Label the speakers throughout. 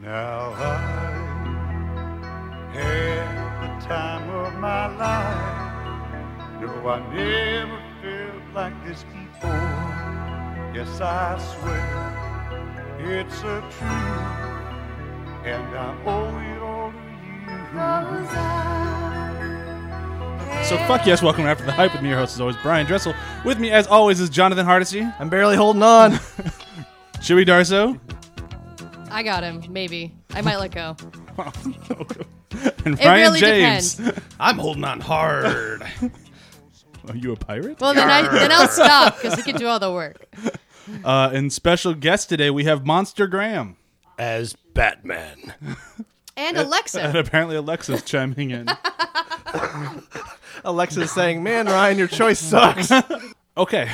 Speaker 1: Now I had the time of my life. No, I never felt like this before. Yes, I swear it's a truth, and I owe it all to you.
Speaker 2: So fuck yes, welcome to After the Hype with me, your host is always Brian Dressel. With me, as always, is Jonathan Hardesty,
Speaker 3: I'm barely holding on.
Speaker 2: Chewy Darso,
Speaker 4: I got him. Maybe I might let go.
Speaker 2: and
Speaker 4: It
Speaker 2: Ryan
Speaker 4: really
Speaker 2: James.
Speaker 4: depends.
Speaker 3: I'm holding on hard.
Speaker 2: Are you a pirate?
Speaker 4: Well, then I then I'll stop because he can do all the work.
Speaker 2: Uh, and special guest today, we have Monster Graham.
Speaker 3: As Batman.
Speaker 4: And
Speaker 2: And
Speaker 4: Alexa,
Speaker 2: apparently Alexa's chiming in.
Speaker 3: Alexa's saying, Man, Ryan, your choice sucks.
Speaker 2: Okay.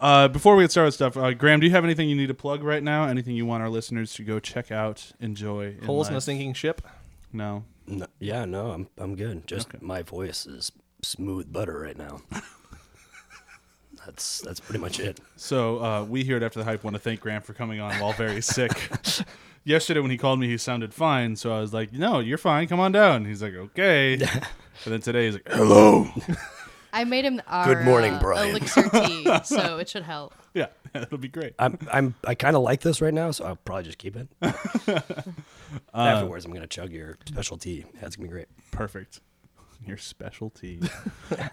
Speaker 2: uh, before we get started with stuff, uh, Graham, do you have anything you need to plug right now? Anything you want our listeners to go check out, enjoy? in
Speaker 3: Holes in a
Speaker 2: life?
Speaker 3: sinking ship.
Speaker 2: No.
Speaker 5: No, yeah, no, I'm I'm good. Just my voice is smooth butter right now. that's that's pretty much it.
Speaker 2: So uh, we here at After the Hype want to thank Graham for coming on while very sick. Yesterday when he called me, he sounded fine, so I was like, "No, you're fine. Come on down." He's like, "Okay." and then today he's like, "Oh, "Hello."
Speaker 4: I made him our
Speaker 5: Good morning,
Speaker 4: uh,
Speaker 5: Brian.
Speaker 4: elixir tea, so it should help.
Speaker 2: yeah, it'll be great.
Speaker 5: I'm I'm I kind of like this right now, so I'll probably just keep it.
Speaker 3: Uh,
Speaker 5: Afterwards, I'm gonna chug your specialty. That's gonna be great.
Speaker 2: Perfect. Your specialty.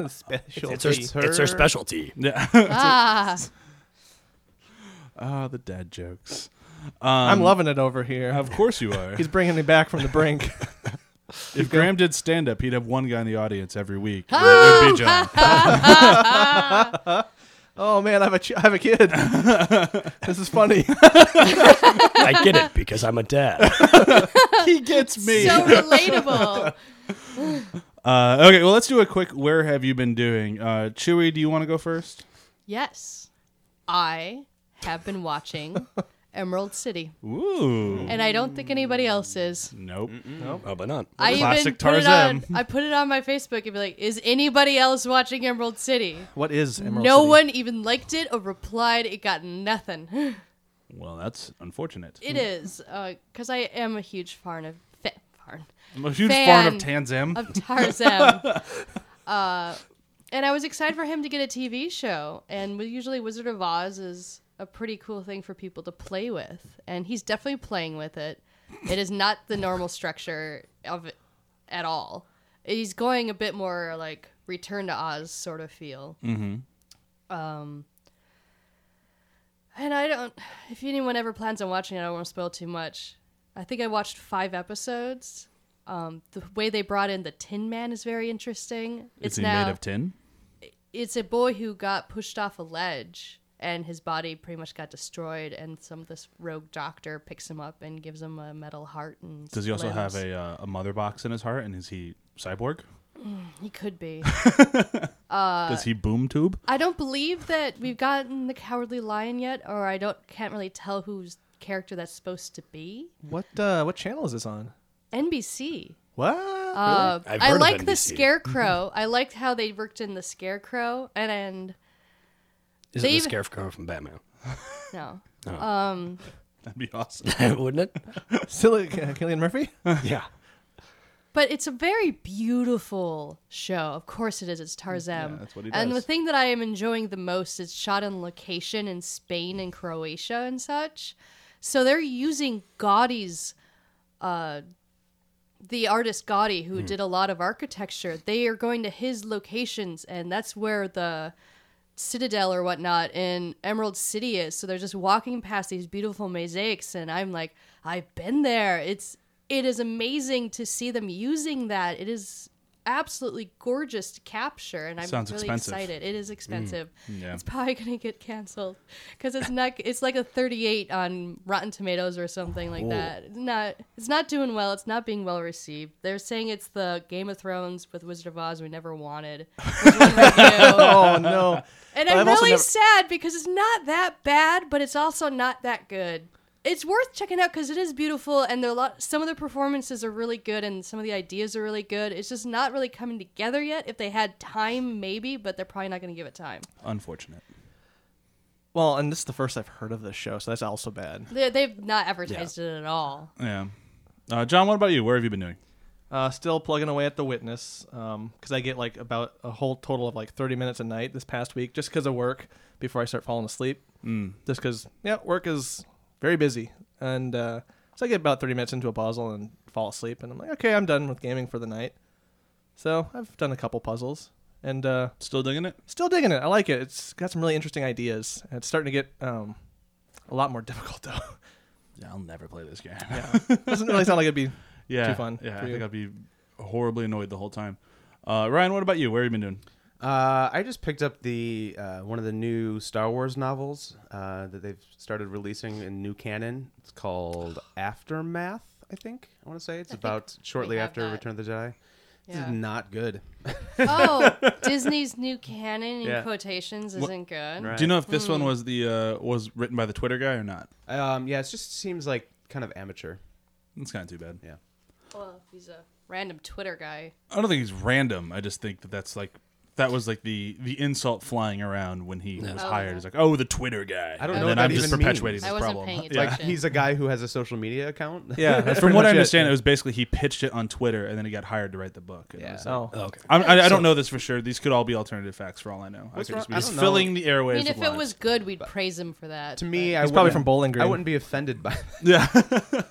Speaker 3: Special.
Speaker 5: It's her, it's her specialty.
Speaker 2: yeah.
Speaker 4: Ah,
Speaker 2: Ah, the dad jokes.
Speaker 3: I'm loving it over here.
Speaker 2: Of course you are.
Speaker 3: He's bringing me back from the brink.
Speaker 2: if Graham did stand up, he'd have one guy in the audience every week. It would be John.
Speaker 3: oh, man, I have a, ch- I have a kid. this is funny.
Speaker 5: I get it because I'm a dad.
Speaker 2: he gets me.
Speaker 4: so relatable.
Speaker 2: Uh, okay, well, let's do a quick. Where have you been doing, uh, Chewy? Do you want to go first?
Speaker 4: Yes, I have been watching Emerald City,
Speaker 2: Ooh,
Speaker 4: and I don't think anybody else is.
Speaker 2: nope.
Speaker 5: oh, but not.
Speaker 4: I even
Speaker 2: Classic
Speaker 4: put it on.
Speaker 2: Tarzan.
Speaker 4: I put it on my Facebook and be like, "Is anybody else watching Emerald City?"
Speaker 3: What is Emerald
Speaker 4: no
Speaker 3: City?
Speaker 4: one even liked it or replied. It got nothing.
Speaker 2: Well, that's unfortunate.
Speaker 4: It is because I am a huge fan of fa- fan
Speaker 2: I'm a huge
Speaker 4: fan
Speaker 2: fan of Tanzam.
Speaker 4: of Tarzan, uh, and I was excited for him to get a TV show. And we- usually, Wizard of Oz is a pretty cool thing for people to play with, and he's definitely playing with it. It is not the normal structure of it at all. He's going a bit more like Return to Oz sort of feel. And I don't. If anyone ever plans on watching it, I don't want to spoil too much. I think I watched five episodes. Um, the way they brought in the Tin Man is very interesting.
Speaker 2: Is
Speaker 4: It's
Speaker 2: he
Speaker 4: now
Speaker 2: made of tin?
Speaker 4: it's a boy who got pushed off a ledge and his body pretty much got destroyed. And some this rogue doctor picks him up and gives him a metal heart. And
Speaker 2: Does he also have
Speaker 4: limbs.
Speaker 2: a uh, a mother box in his heart? And is he cyborg?
Speaker 4: He could be.
Speaker 3: Uh,
Speaker 2: Does he boom tube?
Speaker 4: I don't believe that we've gotten the Cowardly Lion yet, or I don't can't really tell whose character that's supposed to be.
Speaker 3: What, uh, what channel is this on?
Speaker 4: NBC.
Speaker 3: What?
Speaker 4: Uh,
Speaker 5: I've
Speaker 4: I
Speaker 5: heard of
Speaker 4: like the
Speaker 5: NBC.
Speaker 4: scarecrow. I liked how they worked in the scarecrow and, and
Speaker 5: Is it the
Speaker 4: They've-
Speaker 5: scarecrow from Batman?
Speaker 4: no.
Speaker 2: That'd be awesome.
Speaker 5: Wouldn't it?
Speaker 3: Silly, uh, Killian Murphy?
Speaker 5: Yeah.
Speaker 4: But it's a very beautiful show. Of course it is. It's Tarzan.
Speaker 2: that's what he
Speaker 4: And the
Speaker 2: does.
Speaker 4: thing that I am enjoying the most is shot on location in Spain and Croatia and such. So they're using Gaudi's, uh, the artist Gaudi,
Speaker 2: Hmm.
Speaker 4: who did a lot of architecture. They are going to his locations, and that's where the citadel or whatnot in Emerald City is. So they're just walking past these beautiful mosaics, and I'm like, I've been there. It's it is amazing to see them using that. It is absolutely gorgeous to capture, and I'm
Speaker 2: Sounds
Speaker 4: really
Speaker 2: expensive. Mm,
Speaker 4: excited. It is expensive.
Speaker 2: Yeah.
Speaker 4: It's probably gonna get canceled because it's not. It's like a 38 on Rotten Tomatoes or something like that. It's not. It's not doing well. It's not being well received. They're saying it's the Game of Thrones with Wizard of Oz we never wanted. There's one review.
Speaker 3: Oh, no.
Speaker 4: And
Speaker 3: But
Speaker 4: I'm
Speaker 3: I've also
Speaker 4: really
Speaker 3: never-
Speaker 4: sad because it's not that bad, but it's also not that good. It's worth checking out because it is beautiful, and there are a lot, some of the performances are really good, and some of the ideas are really good. It's just not really coming together yet. If they had time, maybe, but they're probably not going to give it time.
Speaker 2: Unfortunate.
Speaker 3: Well, and this is the first I've heard of this show, so that's also bad.
Speaker 4: They, they've not advertised it at all.
Speaker 2: Yeah. Uh, John, what about you? Where have you been doing?
Speaker 3: Uh, still plugging away at the witness because I get like about a whole total of like 30 minutes a night this past week just because of work before I start falling asleep. Mm. Just because, yeah, work is very busy. And uh, so I get about 30 minutes into a puzzle and fall asleep. And I'm like, okay, I'm done with gaming for the night. So I've done a couple puzzles and uh,
Speaker 2: Still digging it?
Speaker 3: still digging it. I like it. It's got some really interesting ideas. And it's starting to get um, a lot more difficult though.
Speaker 2: Yeah, I'll never play this game.
Speaker 3: doesn't really sound like it'd be
Speaker 2: yeah.
Speaker 3: Too fun
Speaker 2: Yeah,
Speaker 3: for
Speaker 2: I
Speaker 3: you.
Speaker 2: think I'd be horribly annoyed the whole time. Uh, Ryan, what about you? Where have you been doing?
Speaker 6: Uh, I just picked up the uh, one of the new Star Wars novels uh, that they've started releasing in new canon. It's called Aftermath, I think. I want to say it's
Speaker 4: think
Speaker 6: about shortly
Speaker 4: have
Speaker 6: after
Speaker 4: that.
Speaker 6: Return of the Jedi. This
Speaker 4: Yeah.
Speaker 6: is not good.
Speaker 4: Oh, Disney's new canon in
Speaker 6: Yeah.
Speaker 4: quotations
Speaker 2: What-
Speaker 4: isn't good.
Speaker 6: Right.
Speaker 2: Do you know if this
Speaker 3: Hmm.
Speaker 2: one was the uh, was written by the Twitter guy or not?
Speaker 6: Um, yeah, it just seems like kind of amateur.
Speaker 2: It's kind of too bad.
Speaker 6: Yeah.
Speaker 4: Well, he's a random Twitter guy.
Speaker 2: I don't think he's random. I just think that that's like that was like the the insult flying around when he was
Speaker 4: Oh,
Speaker 2: hired.
Speaker 4: yeah.
Speaker 2: It's like, oh, the Twitter guy.
Speaker 6: I don't
Speaker 2: and
Speaker 6: know
Speaker 2: Then
Speaker 6: what
Speaker 2: I'm
Speaker 6: that
Speaker 2: just
Speaker 6: even
Speaker 2: perpetuating
Speaker 6: means.
Speaker 2: this
Speaker 4: I wasn't
Speaker 2: problem.
Speaker 4: paying
Speaker 2: Yeah.
Speaker 6: Like
Speaker 4: Shit.
Speaker 6: he's a guy who has a social media account.
Speaker 3: Yeah, that's
Speaker 2: From
Speaker 3: pretty
Speaker 2: what I
Speaker 3: much it.
Speaker 2: understand, it. was basically he pitched it on Twitter and then he got hired to write the book. And it
Speaker 6: Yeah.
Speaker 2: was like-
Speaker 3: Oh,
Speaker 5: Oh, okay.
Speaker 2: I'm, I, I don't know this for sure. These could all be alternative facts for all I know.
Speaker 6: What's
Speaker 2: I could just be
Speaker 6: wrong- I
Speaker 2: just
Speaker 6: don't know.
Speaker 2: filling the
Speaker 4: I
Speaker 2: airways.
Speaker 4: mean,
Speaker 2: with
Speaker 4: if it
Speaker 2: lies.
Speaker 4: was good, we'd praise him for that.
Speaker 6: to me,
Speaker 4: but-
Speaker 6: I
Speaker 3: he's probably
Speaker 6: wouldn't-
Speaker 3: from Bowling Green.
Speaker 6: I wouldn't be offended by that.
Speaker 2: yeah,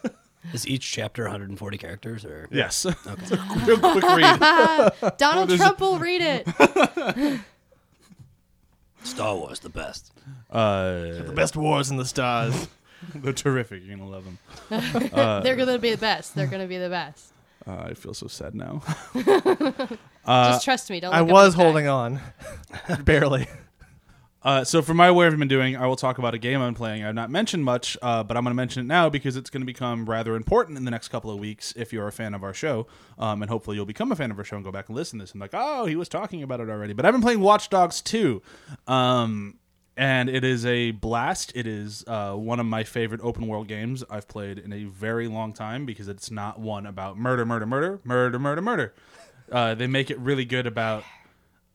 Speaker 5: Is each chapter 140 characters or?
Speaker 2: yes, It's a real quick read.
Speaker 4: Donald Trump will read it.
Speaker 5: Star Wars, the best.
Speaker 2: Uh,
Speaker 3: the best wars in the stars.
Speaker 2: they're terrific. You're gonna love them.
Speaker 4: They're gonna be the best. They're gonna be the best.
Speaker 2: Uh, I feel so sad now.
Speaker 4: Just trust me. Don't.
Speaker 3: I
Speaker 4: look up
Speaker 3: was
Speaker 4: the fact.
Speaker 3: holding on, barely.
Speaker 2: Uh, so for my where have you been doing? I will talk about a game I'm playing. I've not mentioned much, uh, but I'm going to mention it now because it's going to become rather important in the next couple of weeks. If you're a fan of our show, um, and hopefully you'll become a fan of our show and go back and listen to this and like, oh, he was talking about it already. But I've been playing Watch Dogs 2, um, and it is a blast. It is uh, one of my favorite open world games I've played in a very long time because it's not one about murder, murder, murder, murder, murder, murder. Uh, they make it really good about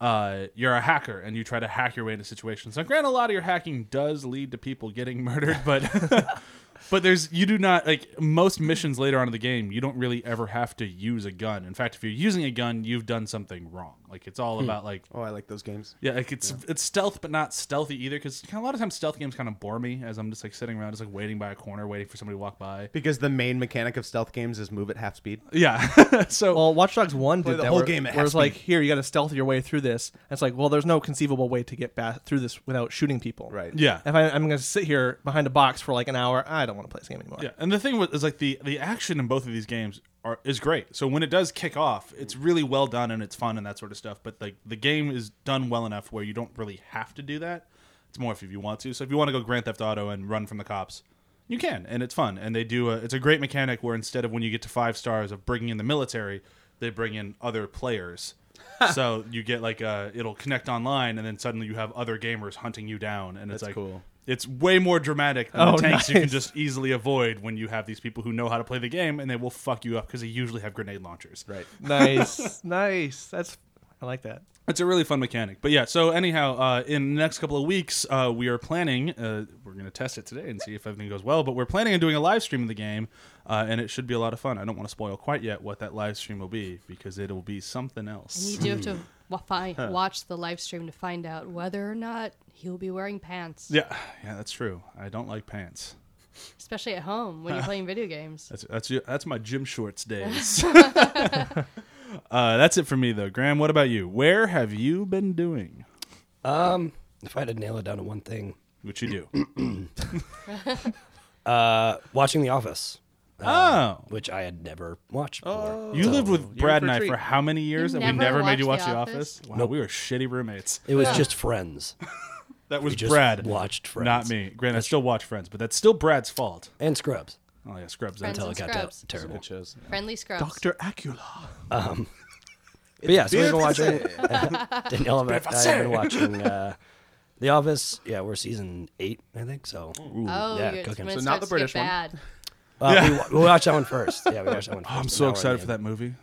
Speaker 2: uh, you're a hacker and you try to hack your way into situations. Now, granted, a lot of your hacking does lead to people getting murdered, but but there's you do not like most missions later on in the game. You don't really ever have to use a gun. In fact, if you're using a gun, you've done something wrong. Like it's all about like
Speaker 6: Oh, I like those games.
Speaker 2: yeah, like it's it's stealth, but not stealthy either. Because a lot of times stealth games kind of bore me as I'm just like sitting around, just like waiting by a corner, waiting for somebody to walk by.
Speaker 6: Because the main mechanic of stealth games is move at half speed.
Speaker 2: Yeah, so
Speaker 3: Well, Watch Dogs One
Speaker 6: Play
Speaker 3: did
Speaker 6: the
Speaker 3: that
Speaker 6: whole
Speaker 3: where,
Speaker 6: game at
Speaker 3: where it's
Speaker 6: half
Speaker 3: like, here you got to stealth your way through this. And it's like, well, there's no conceivable way to get back through this without shooting people.
Speaker 6: Right.
Speaker 2: yeah,
Speaker 3: If I, I'm going to sit here behind a box for like an hour, I don't want to play this game anymore.
Speaker 2: Yeah, and the thing was is like the the action in both of these games are is great. So when it does kick off, it's really well done and it's fun and that sort of stuff. But like the game is done well enough where you don't really have to do that. It's more if you want to. So if you want to go Grand Theft Auto and run from the cops, you can, and it's fun. And they do a, it's a great mechanic where instead of when you get to five stars of bringing in the military, they bring in other players. so you get like uh it'll connect online and then suddenly you have other gamers hunting you down and it's
Speaker 6: That's
Speaker 2: like
Speaker 6: cool.
Speaker 2: it's way more dramatic than
Speaker 3: Oh,
Speaker 2: the tanks you can
Speaker 3: nice.
Speaker 2: just easily avoid when you have these people who know how to play the game and they will fuck you up because they usually have grenade launchers.
Speaker 6: Right.
Speaker 3: nice. nice. That's, I like that.
Speaker 2: It's a really fun mechanic. But yeah, so anyhow, uh, in the next couple of weeks, uh, we are planning, uh, we're going to test it today and see if everything goes well, but we're planning on doing a live stream of the game uh, and it should be a lot of fun. I don't want to spoil quite yet what that live stream will be because it'll be something
Speaker 4: You
Speaker 2: else.
Speaker 4: do have to wa- fi- watch the live stream to find out whether or not he'll be wearing pants,
Speaker 2: Yeah, yeah, that's true. I don't like pants.
Speaker 4: especially at home when you're playing video games.
Speaker 2: That's that's that's my gym shorts days. uh, that's it for me though, Graham. What about you? Where have you been doing?
Speaker 5: Um, if I had to nail it down to one thing,
Speaker 2: What you do?
Speaker 5: uh, watching The Office,
Speaker 2: oh,
Speaker 5: which I had never watched. before.
Speaker 2: you lived with Brad
Speaker 6: for
Speaker 2: and I
Speaker 6: treat.
Speaker 2: for how many years, and we
Speaker 4: never
Speaker 2: never made you watch
Speaker 4: watched
Speaker 2: The
Speaker 4: The
Speaker 2: Office. Wow, we were shitty roommates.
Speaker 5: It was just Friends.
Speaker 2: That was
Speaker 5: just
Speaker 2: Brad.
Speaker 5: watched Friends.
Speaker 2: not me. Granted, I still watch Friends, but that's still Brad's fault.
Speaker 5: and Scrubs
Speaker 2: Oh yeah, Scrubs.
Speaker 4: Friends
Speaker 2: that's-
Speaker 5: until
Speaker 4: and
Speaker 5: it got ter-
Speaker 4: Scrubs.
Speaker 5: terrible.
Speaker 6: shows.
Speaker 4: Friendly scrubs.
Speaker 3: Dr. Acula.
Speaker 5: But yeah, so we've been watching. Danielle and I have been watching uh, The Office. Yeah, we're season eight, I think. So
Speaker 4: Oh,
Speaker 5: yeah,
Speaker 4: you're,
Speaker 5: cooking.
Speaker 4: when
Speaker 5: So
Speaker 4: it
Speaker 6: not the
Speaker 4: starts to get Bad.
Speaker 6: British one.
Speaker 5: uh, we, wa- we watched that one first. Yeah, we watched that one first.
Speaker 2: I'm
Speaker 5: and
Speaker 2: so
Speaker 5: now we're
Speaker 2: excited
Speaker 5: in
Speaker 2: for
Speaker 5: the-
Speaker 2: that movie.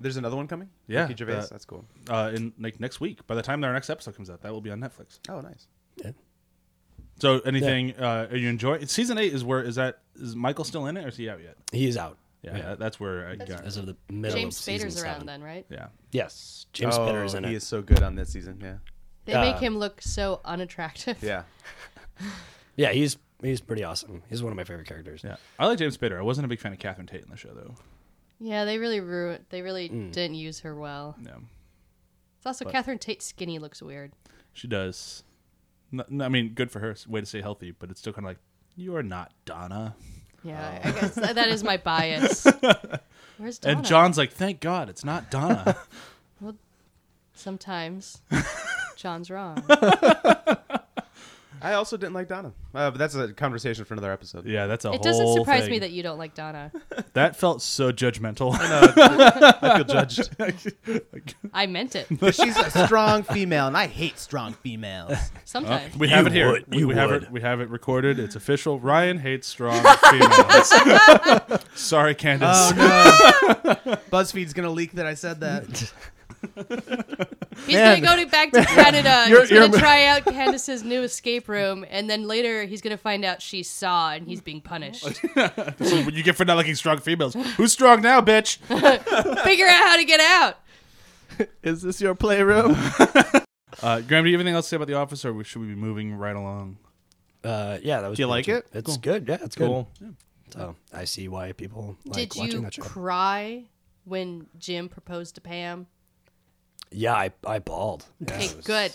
Speaker 6: There's another one coming.
Speaker 2: Yeah,
Speaker 6: Ricky Gervais.
Speaker 2: that-
Speaker 6: That's cool.
Speaker 2: Uh, in like next week, by the time their next episode comes out, that will be on Netflix.
Speaker 6: Oh, nice.
Speaker 2: So anything uh, are you enjoying? Season eight is where is that is Michael still in it or is he out yet?
Speaker 5: He's out
Speaker 2: Yeah, that- that's where I got.
Speaker 5: as of the middle
Speaker 4: James
Speaker 5: of season
Speaker 4: Spader's around
Speaker 5: seven.
Speaker 4: then, right?
Speaker 2: Yeah,
Speaker 5: Yes, James
Speaker 6: oh,
Speaker 5: Spader is in
Speaker 6: he
Speaker 5: it.
Speaker 6: is so good on this season. Yeah,
Speaker 4: They make him look so unattractive.
Speaker 6: yeah.
Speaker 5: Yeah, he's he's pretty awesome. He's one of my favorite characters.
Speaker 2: yeah. I like James Spader. I wasn't a big fan of Catherine Tate in the show though.
Speaker 4: Yeah, they really ruined. They really
Speaker 6: Mm.
Speaker 4: didn't use her well.
Speaker 2: No,
Speaker 4: It's also Catherine Tate skinny looks weird.
Speaker 2: she does. No, no, I mean, good for her way to stay healthy, but it's still kind of like you are not Donna.
Speaker 4: Yeah, I guess that that is my bias. Where's Donna?
Speaker 2: And John's like, thank God it's not Donna.
Speaker 4: Sometimes John's wrong.
Speaker 6: I also didn't like Donna, uh, but that's a conversation for another episode.
Speaker 2: yeah, that's a
Speaker 4: It
Speaker 2: whole.
Speaker 4: doesn't surprise
Speaker 2: thing.
Speaker 4: me that you don't like Donna.
Speaker 2: that felt so judgmental.
Speaker 6: I feel judged.
Speaker 4: I meant it.
Speaker 6: She's a strong female, and I hate strong females.
Speaker 4: Sometimes.
Speaker 2: We have it here.
Speaker 5: would,
Speaker 2: we
Speaker 5: you
Speaker 2: we have
Speaker 5: would.
Speaker 2: it. We have it recorded. It's official. Ryan hates strong females. Sorry, Candace.
Speaker 6: BuzzFeed's gonna leak that I said that.
Speaker 4: He's gonna go to- back to Canada. he's gonna try out Candace's new escape room, and then later he's gonna find out she saw, and he's being punished.
Speaker 2: That's what you get for not liking strong females. Who's strong now, bitch?
Speaker 4: Figure out how to get out.
Speaker 3: Is this your playroom?
Speaker 2: Uh, Graham, do you have anything else to say about The Office, or we- should we be moving right along?
Speaker 5: Uh, yeah, that was.
Speaker 3: Do you
Speaker 5: pretty
Speaker 3: like
Speaker 5: much
Speaker 3: it?
Speaker 5: It's good. Yeah, it's
Speaker 3: cool.
Speaker 5: Good. So Oh, I see why people like
Speaker 4: Did
Speaker 5: watching
Speaker 4: you
Speaker 5: that show.
Speaker 4: cry when Jim proposed to Pam?
Speaker 5: yeah, I I bawled. Yeah,
Speaker 4: Okay,
Speaker 5: it was-
Speaker 4: good.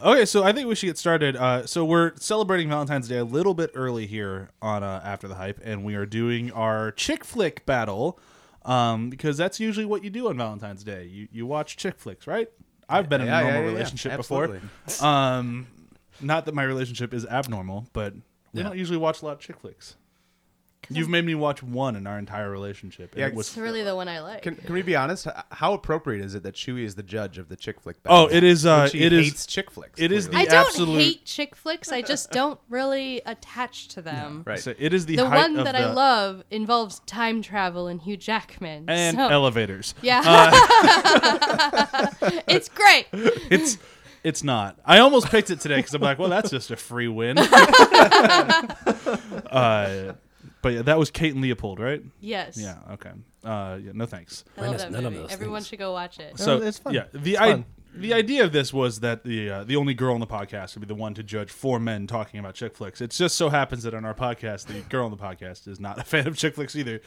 Speaker 2: Okay, so I think we should get started. Uh, so we're celebrating Valentine's Day a little bit early here on uh, After the Hype, and we are doing our chick flick battle um, because that's usually what you do on Valentine's Day. You you watch chick flicks, right? I've been in
Speaker 6: Yeah,
Speaker 2: a
Speaker 6: yeah,
Speaker 2: normal
Speaker 6: yeah, yeah.
Speaker 2: relationship before.
Speaker 6: Absolutely.
Speaker 2: Um, not that my relationship is abnormal, but we don't usually watch a lot of chick flicks. You've made me watch one in our entire relationship. and
Speaker 6: Yeah,
Speaker 2: it was
Speaker 4: It's really the one I like.
Speaker 6: Can, can we be honest? H- How appropriate is it that Chewie is the judge of the chick flick?
Speaker 2: Oh,
Speaker 6: battle?
Speaker 2: it is, uh,
Speaker 6: When she
Speaker 2: it is-
Speaker 6: hates chick flicks.
Speaker 2: it is the
Speaker 4: I don't
Speaker 2: absolute-
Speaker 4: hate chick flicks. I just don't really attach to them.
Speaker 6: right.
Speaker 2: so it is the,
Speaker 4: The
Speaker 2: height
Speaker 4: one
Speaker 2: of
Speaker 4: that
Speaker 2: the,
Speaker 4: I love involves time travel and Hugh Jackman.
Speaker 2: and
Speaker 4: so-
Speaker 2: elevators.
Speaker 4: yeah, it's great.
Speaker 2: It's it's not. I almost picked it today because I'm like, well, that's just a free win. uh, but yeah, that was Kate and Leopold, right?
Speaker 4: Yes.
Speaker 2: Yeah. Okay. Uh, yeah, no thanks.
Speaker 4: I love
Speaker 5: Minus
Speaker 4: that
Speaker 5: none of
Speaker 4: movie.
Speaker 5: those
Speaker 4: Everyone
Speaker 5: things.
Speaker 4: should go watch it.
Speaker 2: So
Speaker 3: it's fun.
Speaker 2: Yeah. The
Speaker 3: It's
Speaker 2: I,
Speaker 3: fun.
Speaker 2: the idea of this was that the uh, the only girl on the podcast would be the one to judge four men talking about chick flicks. It just so happens that on our podcast, the girl on the podcast is not a fan of chick flicks either.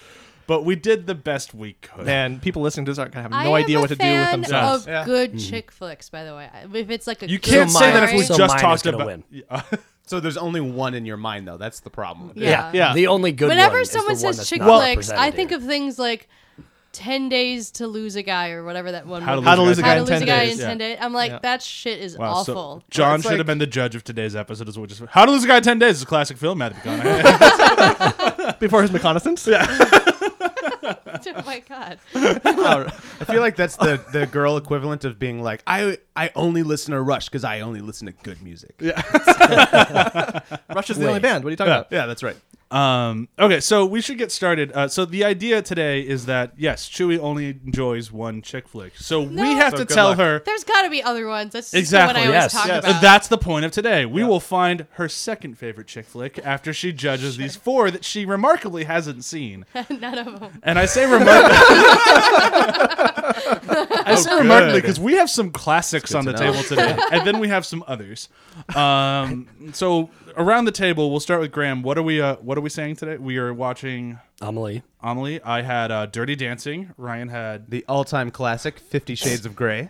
Speaker 2: But we did the best we could.
Speaker 3: and people listening to this aren't gonna have
Speaker 4: I
Speaker 3: no
Speaker 4: am
Speaker 3: idea
Speaker 4: a
Speaker 3: what to do
Speaker 4: fan
Speaker 3: with themselves.
Speaker 4: Of good chick flicks, by the way. I- If it's like a
Speaker 2: You
Speaker 4: good
Speaker 2: can't say that if
Speaker 4: story-
Speaker 2: we
Speaker 5: So
Speaker 2: just
Speaker 5: mine
Speaker 2: talked
Speaker 5: is gonna
Speaker 2: about.
Speaker 5: win.
Speaker 2: Yeah.
Speaker 6: So there's only one in your mind, though. That's the problem.
Speaker 5: Yeah,
Speaker 4: Yeah.
Speaker 5: The only good.
Speaker 4: Whenever
Speaker 5: one is the
Speaker 4: someone
Speaker 5: one
Speaker 4: says
Speaker 5: that's
Speaker 4: chick
Speaker 5: not
Speaker 4: flicks,
Speaker 5: represented
Speaker 4: I think
Speaker 5: here.
Speaker 4: of things like Ten Days to Lose a Guy or whatever that one.
Speaker 2: How to
Speaker 4: movie
Speaker 2: Lose a
Speaker 4: was.
Speaker 2: Guy
Speaker 4: How
Speaker 2: in
Speaker 4: to
Speaker 2: 10
Speaker 4: Lose a Guy
Speaker 2: Days.
Speaker 4: in Ten Days. I'm like,
Speaker 3: Yeah.
Speaker 4: that shit is
Speaker 2: Wow, so
Speaker 4: awful.
Speaker 2: John
Speaker 6: it's
Speaker 2: should have
Speaker 6: like-
Speaker 2: been the judge of today's episode. Is what just how to lose a guy in ten days is a classic film. Matthew McConaughey.
Speaker 3: Before his reconnaissance? Yeah.
Speaker 4: oh my god.
Speaker 6: I feel like that's the, the girl equivalent of being like, I I only listen to Rush because I only listen to good music. Yeah,
Speaker 3: Rush is the only band. What are you talking about?
Speaker 6: yeah, that's right.
Speaker 2: um, okay, so we should get started. Uh, so the idea today is that yes, Chewie only enjoys one chick flick. So we have
Speaker 6: So
Speaker 2: to
Speaker 6: good
Speaker 2: tell
Speaker 6: luck.
Speaker 2: her
Speaker 4: There's got to be other ones. That's just
Speaker 2: exactly.
Speaker 4: the one I
Speaker 5: Yes,
Speaker 4: always talk
Speaker 5: yes.
Speaker 4: about.
Speaker 2: That's the point of today. We will find her second favorite chick flick after she judges these four that she remarkably hasn't seen.
Speaker 4: None of them.
Speaker 2: And I say remarkably.
Speaker 6: Oh,
Speaker 2: I say remarkably because we have some classics on the
Speaker 6: to know.
Speaker 2: table today, and then we have some others. Um, so around the table, we'll start with Graham. What are we? Uh, what are we saying today? We are watching
Speaker 5: Amelie.
Speaker 2: Amelie. I had uh, Dirty Dancing. Ryan had.
Speaker 6: The all time classic, Fifty Shades of Grey.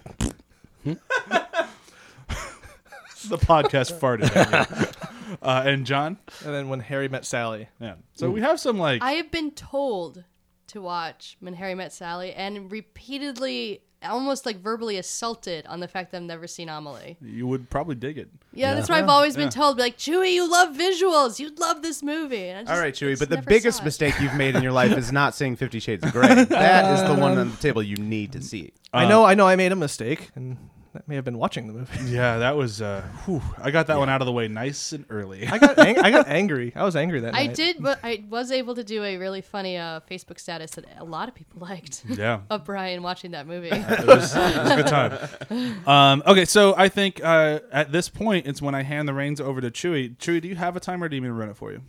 Speaker 2: The podcast farted. At me. Uh, and John.
Speaker 3: And then when Harry met Sally.
Speaker 2: Yeah. So we have some like.
Speaker 4: I have been told to watch When Harry Met Sally and repeatedly, almost like verbally assaulted on the fact that I've never seen Amelie. Yeah,
Speaker 2: you would probably dig it.
Speaker 4: that's what I've always been told. Like, Chewy, you love visuals. You'd love this movie. And I just,
Speaker 6: All right, Chewie,
Speaker 4: just
Speaker 6: but the
Speaker 4: never saw
Speaker 6: biggest
Speaker 4: it.
Speaker 6: mistake you've made in your life is not seeing Fifty Shades of Grey. That is the one on the table you need to see.
Speaker 3: I know I know I made a mistake and that may have been watching the movie.
Speaker 2: Yeah, that was. Uh, whew, I got that one out of the way nice and early.
Speaker 3: I got ang- I got angry. I was angry that
Speaker 4: I
Speaker 3: night.
Speaker 4: did, but I was able to do a really funny uh, Facebook status that a lot of people liked
Speaker 2: yeah,
Speaker 4: of Brian watching that movie.
Speaker 2: it was, it was a good time. Um, okay, so I think uh, at this point it's when I hand the reins over to Chewy. Chewy, do you have a timer? Or do you mean to run it for you?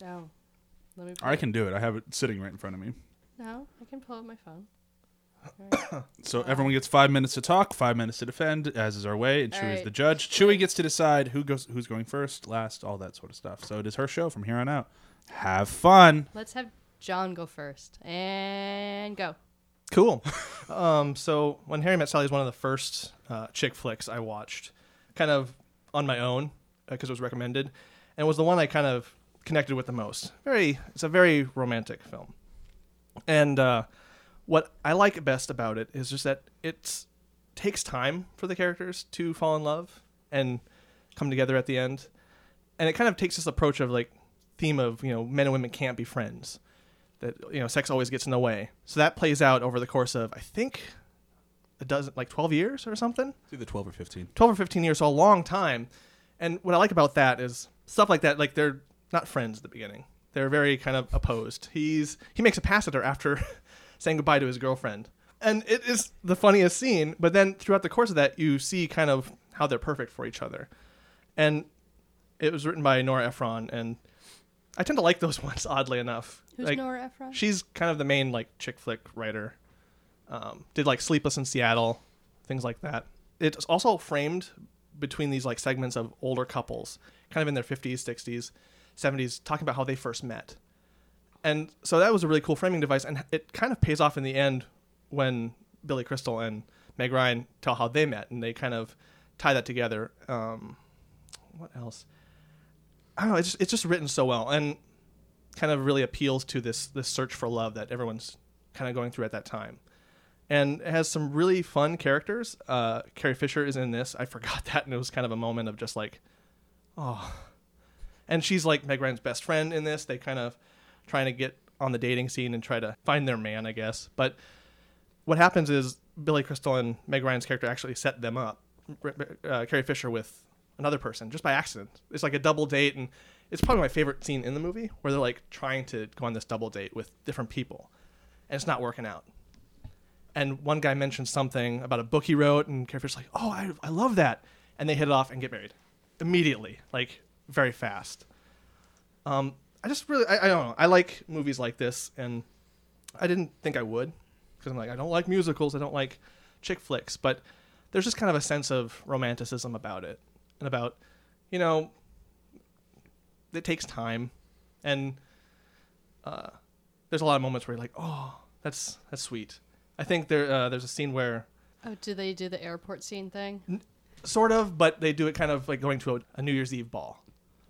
Speaker 4: no, let me. Pull
Speaker 2: I can do it. I have it sitting right in front of me.
Speaker 4: No, I can pull up my phone.
Speaker 2: So everyone gets five minutes to talk, five minutes to defend, as is our way, and
Speaker 4: All
Speaker 2: Chewy's
Speaker 4: right.
Speaker 2: the judge. Chewy gets to decide who goes, who's going first, last, all that sort of stuff. So it is her show from here on out. Have fun.
Speaker 4: Let's have John go first and go.
Speaker 3: Cool. um, so when Harry Met Sally is one of the first uh, chick flicks I watched, kind of on my own because it was recommended, and it was the one I kind of connected with the most. Very, it's a very romantic film, and uh, what I like best about it is just that it takes time for the characters to fall in love and come together at the end, and it kind of takes this approach of like theme of you know men and women can't be friends that you know sex always gets in the way. So that plays out over the course of I think a dozen like 12 years or something.
Speaker 2: Do the twelve or fifteen.
Speaker 3: 12 or 15 years, so a long time. And what I like about that is stuff like that like they're not friends at the beginning. They're very kind of opposed. He's he makes a pass at her after saying goodbye to his girlfriend. And it is the funniest scene, but then throughout the course of that you see kind of how they're perfect for each other. And it was written by Nora Ephron and I tend to like those ones oddly enough.
Speaker 4: Who's
Speaker 3: Like-
Speaker 4: Nora Ephron?
Speaker 3: she's kind of the main like chick flick writer. Um, did like Sleepless in Seattle, things like that. It's also framed between these like segments of older couples, kind of in their fifties, sixties, seventies, talking about how they first met. And so that was a really cool framing device, and it kind of pays off in the end when Billy Crystal and Meg Ryan tell how they met, and they kind of tie that together. Um, what else? I don't know. It's just, it's just written so well, and kind of really appeals to this this search for love that everyone's kind of going through at that time. And it has some really fun characters. Uh, Carrie Fisher is in this. I forgot that, and it was kind of a moment of just like, oh. And she's like Meg Ryan's best friend in this. They kind of trying to get on the dating scene and try to find their man, I guess. But what happens is Billy Crystal and Meg Ryan's character actually set them up, uh, Carrie Fisher with another person, just by accident. It's like a double date, and it's probably my favorite scene in the movie where they're like trying to go on this double date with different people, and it's not working out. And one guy mentions something about a book he wrote, and Carrie Fisher's like, "Oh, I, I love that," and they hit it off and get married immediately, like very fast. Um, I just really, I, I don't know. I like movies like this, and I didn't think I would because I'm like, I don't like musicals, I don't like chick flicks, but there's just kind of a sense of romanticism about it and about, you know, it takes time, and uh, there's a lot of moments where you're like, oh, that's that's sweet. I think there uh, there's a scene where
Speaker 4: Oh, do they do the airport scene thing?
Speaker 3: sort of, but they do it kind of like going to a, a New Year's Eve ball.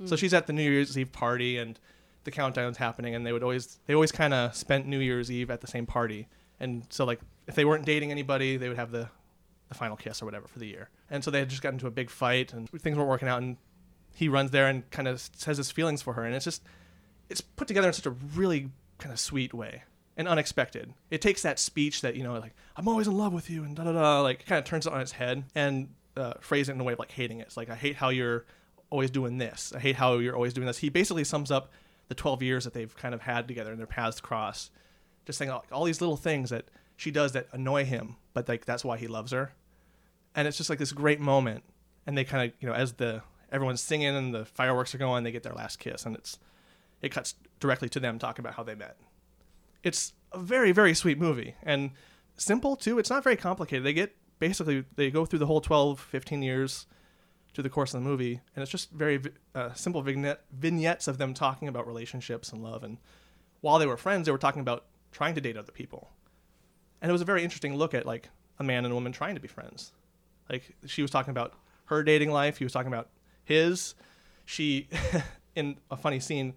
Speaker 3: So she's at the New Year's Eve party, and the countdown's happening, and they would always they always kind of spent New Year's Eve at the same party, and so like if they weren't dating anybody, they would have the the final kiss or whatever for the year. And so they had just gotten into a big fight, and things weren't working out, and he runs there and kind of says his feelings for her, and it's just it's put together in such a really kind of sweet way and unexpected. It takes that speech that you know, like I'm always in love with you, and da da da, like kind of turns it on its head and uh, phrase it in a way of like hating it. It's like I hate how you're always doing this. I hate how you're always doing this. He basically sums up the 12 years that they've kind of had together and their paths cross, just saying all, all these little things that she does that annoy him, but like that's why he loves her and it's just like this great moment and they kind of you know as the everyone's singing and the fireworks are going they get their last kiss and it's it cuts directly to them talking about how they met it's a very very sweet movie and simple too it's not very complicated they get basically they go through the whole 12 15 years through the course of the movie and it's just very uh, simple vignette, vignettes of them talking about relationships and love and while they were friends they were talking about trying to date other people and it was a very interesting look at like a man and a woman trying to be friends like she was talking about her dating life he was talking about his she in a funny scene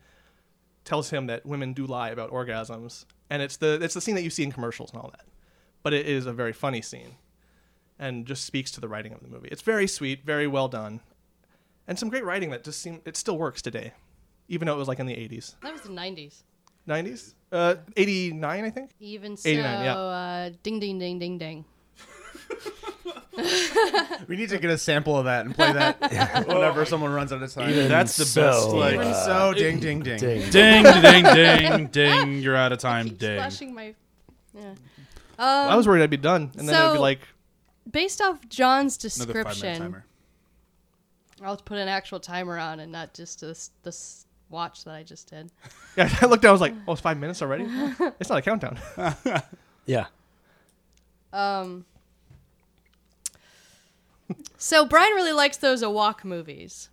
Speaker 3: tells him that women do lie about orgasms and it's the it's the scene that you see in commercials and all that but it is a very funny scene and just speaks to the writing of the movie it's very sweet very well done and some great writing that just seem it still works today even though it was like in the 80s
Speaker 4: That was the 90s.
Speaker 3: 90s uh 89 i think
Speaker 4: Even so,
Speaker 3: 89, yeah.
Speaker 4: uh, ding, ding, ding, ding, ding.
Speaker 6: We need to get a sample of that and play that whenever someone runs out of time.
Speaker 5: Even
Speaker 2: That's the
Speaker 5: so,
Speaker 2: best, like-
Speaker 5: uh,
Speaker 6: so ding ding Oh, ding.
Speaker 5: ding.
Speaker 2: Ding, ding, ding, ding. You're out of time.
Speaker 4: Keep
Speaker 2: Ding.
Speaker 4: splashing my. Yeah.
Speaker 3: I was worried I'd be done, and then it'd be
Speaker 4: So-
Speaker 3: like,
Speaker 4: Based off John's
Speaker 2: Another five minute
Speaker 4: description,
Speaker 2: timer.
Speaker 4: I'll put an actual timer on and not just this this watch that I just did.
Speaker 3: yeah, I looked, I was like, oh, it's five minutes already. It's not a countdown.
Speaker 5: Yeah.
Speaker 4: So Brian really likes those Awak movies.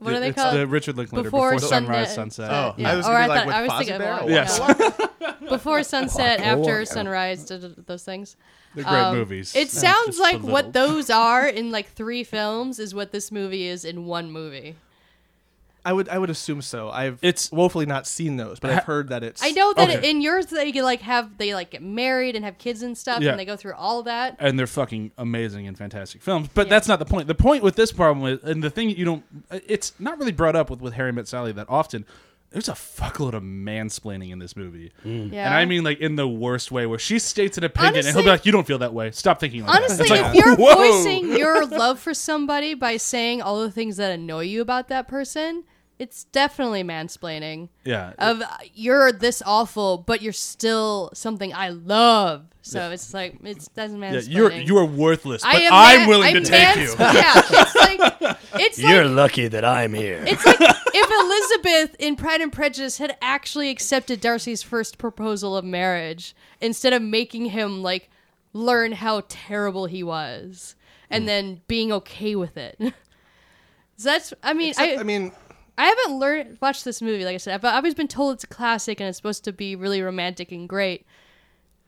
Speaker 4: What are they
Speaker 2: it's
Speaker 4: called?
Speaker 2: the Richard Linklater before, sunrise, sunset.
Speaker 6: Oh,
Speaker 4: yeah.
Speaker 6: I was
Speaker 4: Or
Speaker 6: gonna
Speaker 4: I
Speaker 6: be like,
Speaker 4: thought-
Speaker 6: what,
Speaker 4: I was
Speaker 6: Fozzie
Speaker 4: thinking
Speaker 6: Bear?
Speaker 4: Awak.
Speaker 6: Or
Speaker 2: Yes.
Speaker 4: before sunset, after
Speaker 5: Awak.
Speaker 4: sunrise, d- d- those things.
Speaker 2: They're great
Speaker 4: Um,
Speaker 2: movies.
Speaker 4: It sounds
Speaker 2: just
Speaker 4: like
Speaker 2: belittled.
Speaker 4: what those are in like three films is what this movie is in one movie.
Speaker 3: I would, I would assume so. I've
Speaker 2: It's-
Speaker 3: it's woefully not seen those, but I've heard that it's.
Speaker 4: I know that
Speaker 2: Okay.
Speaker 4: in yours they get, like have they like get married and have kids and stuff,
Speaker 2: Yeah.
Speaker 4: and they go through all that.
Speaker 2: and they're fucking amazing and fantastic films. But that's not the point. The point with this problem is, and the thing that you don't, it's not really brought up with, with Harry Met Sally that often. There's a fuckload of mansplaining in this movie.
Speaker 4: Yeah.
Speaker 2: And I mean, like, in the worst way, where she states an opinion and he'll be
Speaker 4: Honestly-
Speaker 2: like, You don't feel that way. Stop thinking like
Speaker 4: Honestly,
Speaker 2: that. It's
Speaker 4: if
Speaker 2: like,
Speaker 4: you're
Speaker 2: "Whoa."
Speaker 4: voicing your love for somebody by saying all the things that annoy you about that person, it's definitely mansplaining.
Speaker 2: Yeah.
Speaker 4: Of uh, you're this awful, but you're still something I love. So it's like it's that's
Speaker 2: yeah,
Speaker 4: mansplaining.
Speaker 2: you're you are worthless, but
Speaker 4: I am
Speaker 2: I'm
Speaker 4: ma-
Speaker 2: willing to
Speaker 4: I'm
Speaker 2: take
Speaker 4: mans-
Speaker 2: you.
Speaker 4: Yeah, it's like it's like
Speaker 5: You're lucky that I'm here.
Speaker 4: It's like if Elizabeth in Pride and Prejudice had actually accepted Darcy's first proposal of marriage instead of making him like learn how terrible he was and then being okay with it. So that's I mean
Speaker 3: Except,
Speaker 4: I,
Speaker 3: I mean,
Speaker 4: I haven't learned watched this movie like I said. I've always been told it's a classic and it's supposed to be really romantic and great.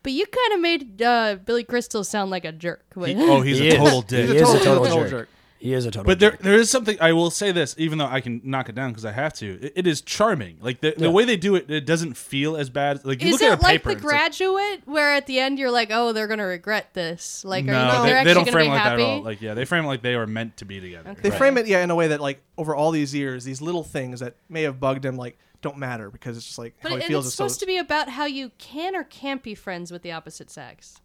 Speaker 4: But you kind of made uh, Billy Crystal sound like a jerk.
Speaker 2: He-
Speaker 4: with-
Speaker 2: oh, he's
Speaker 5: He
Speaker 2: a
Speaker 5: is.
Speaker 2: total dick.
Speaker 5: He is a total jerk. He is a total
Speaker 2: But there,
Speaker 5: jerk.
Speaker 2: there is something I will say this, even though I can knock it down because I have to. It, it is charming, like the, the way they do it. It doesn't feel as bad. Like you
Speaker 4: Is
Speaker 2: look at
Speaker 4: it
Speaker 2: a
Speaker 4: like
Speaker 2: paper. and
Speaker 4: The
Speaker 2: it's like-
Speaker 4: Graduate, where at the end you're like, "Oh, they're gonna regret this." Like, are
Speaker 2: no,
Speaker 4: you,
Speaker 2: they,
Speaker 4: they're
Speaker 2: they
Speaker 4: actually
Speaker 2: don't
Speaker 4: gonna
Speaker 2: frame
Speaker 4: be
Speaker 2: it like
Speaker 4: happy.
Speaker 2: that at all. Like yeah, they frame it like they are meant to be together.
Speaker 4: Okay.
Speaker 3: They
Speaker 4: Right.
Speaker 3: frame it, yeah, in a way that like over all these years, these little things that may have bugged him like don't matter because it's just like
Speaker 4: but
Speaker 3: how
Speaker 4: it,
Speaker 3: he
Speaker 4: and
Speaker 3: feels.
Speaker 4: it's
Speaker 3: is so-
Speaker 4: supposed to be about how you can or can't be friends with the opposite sex.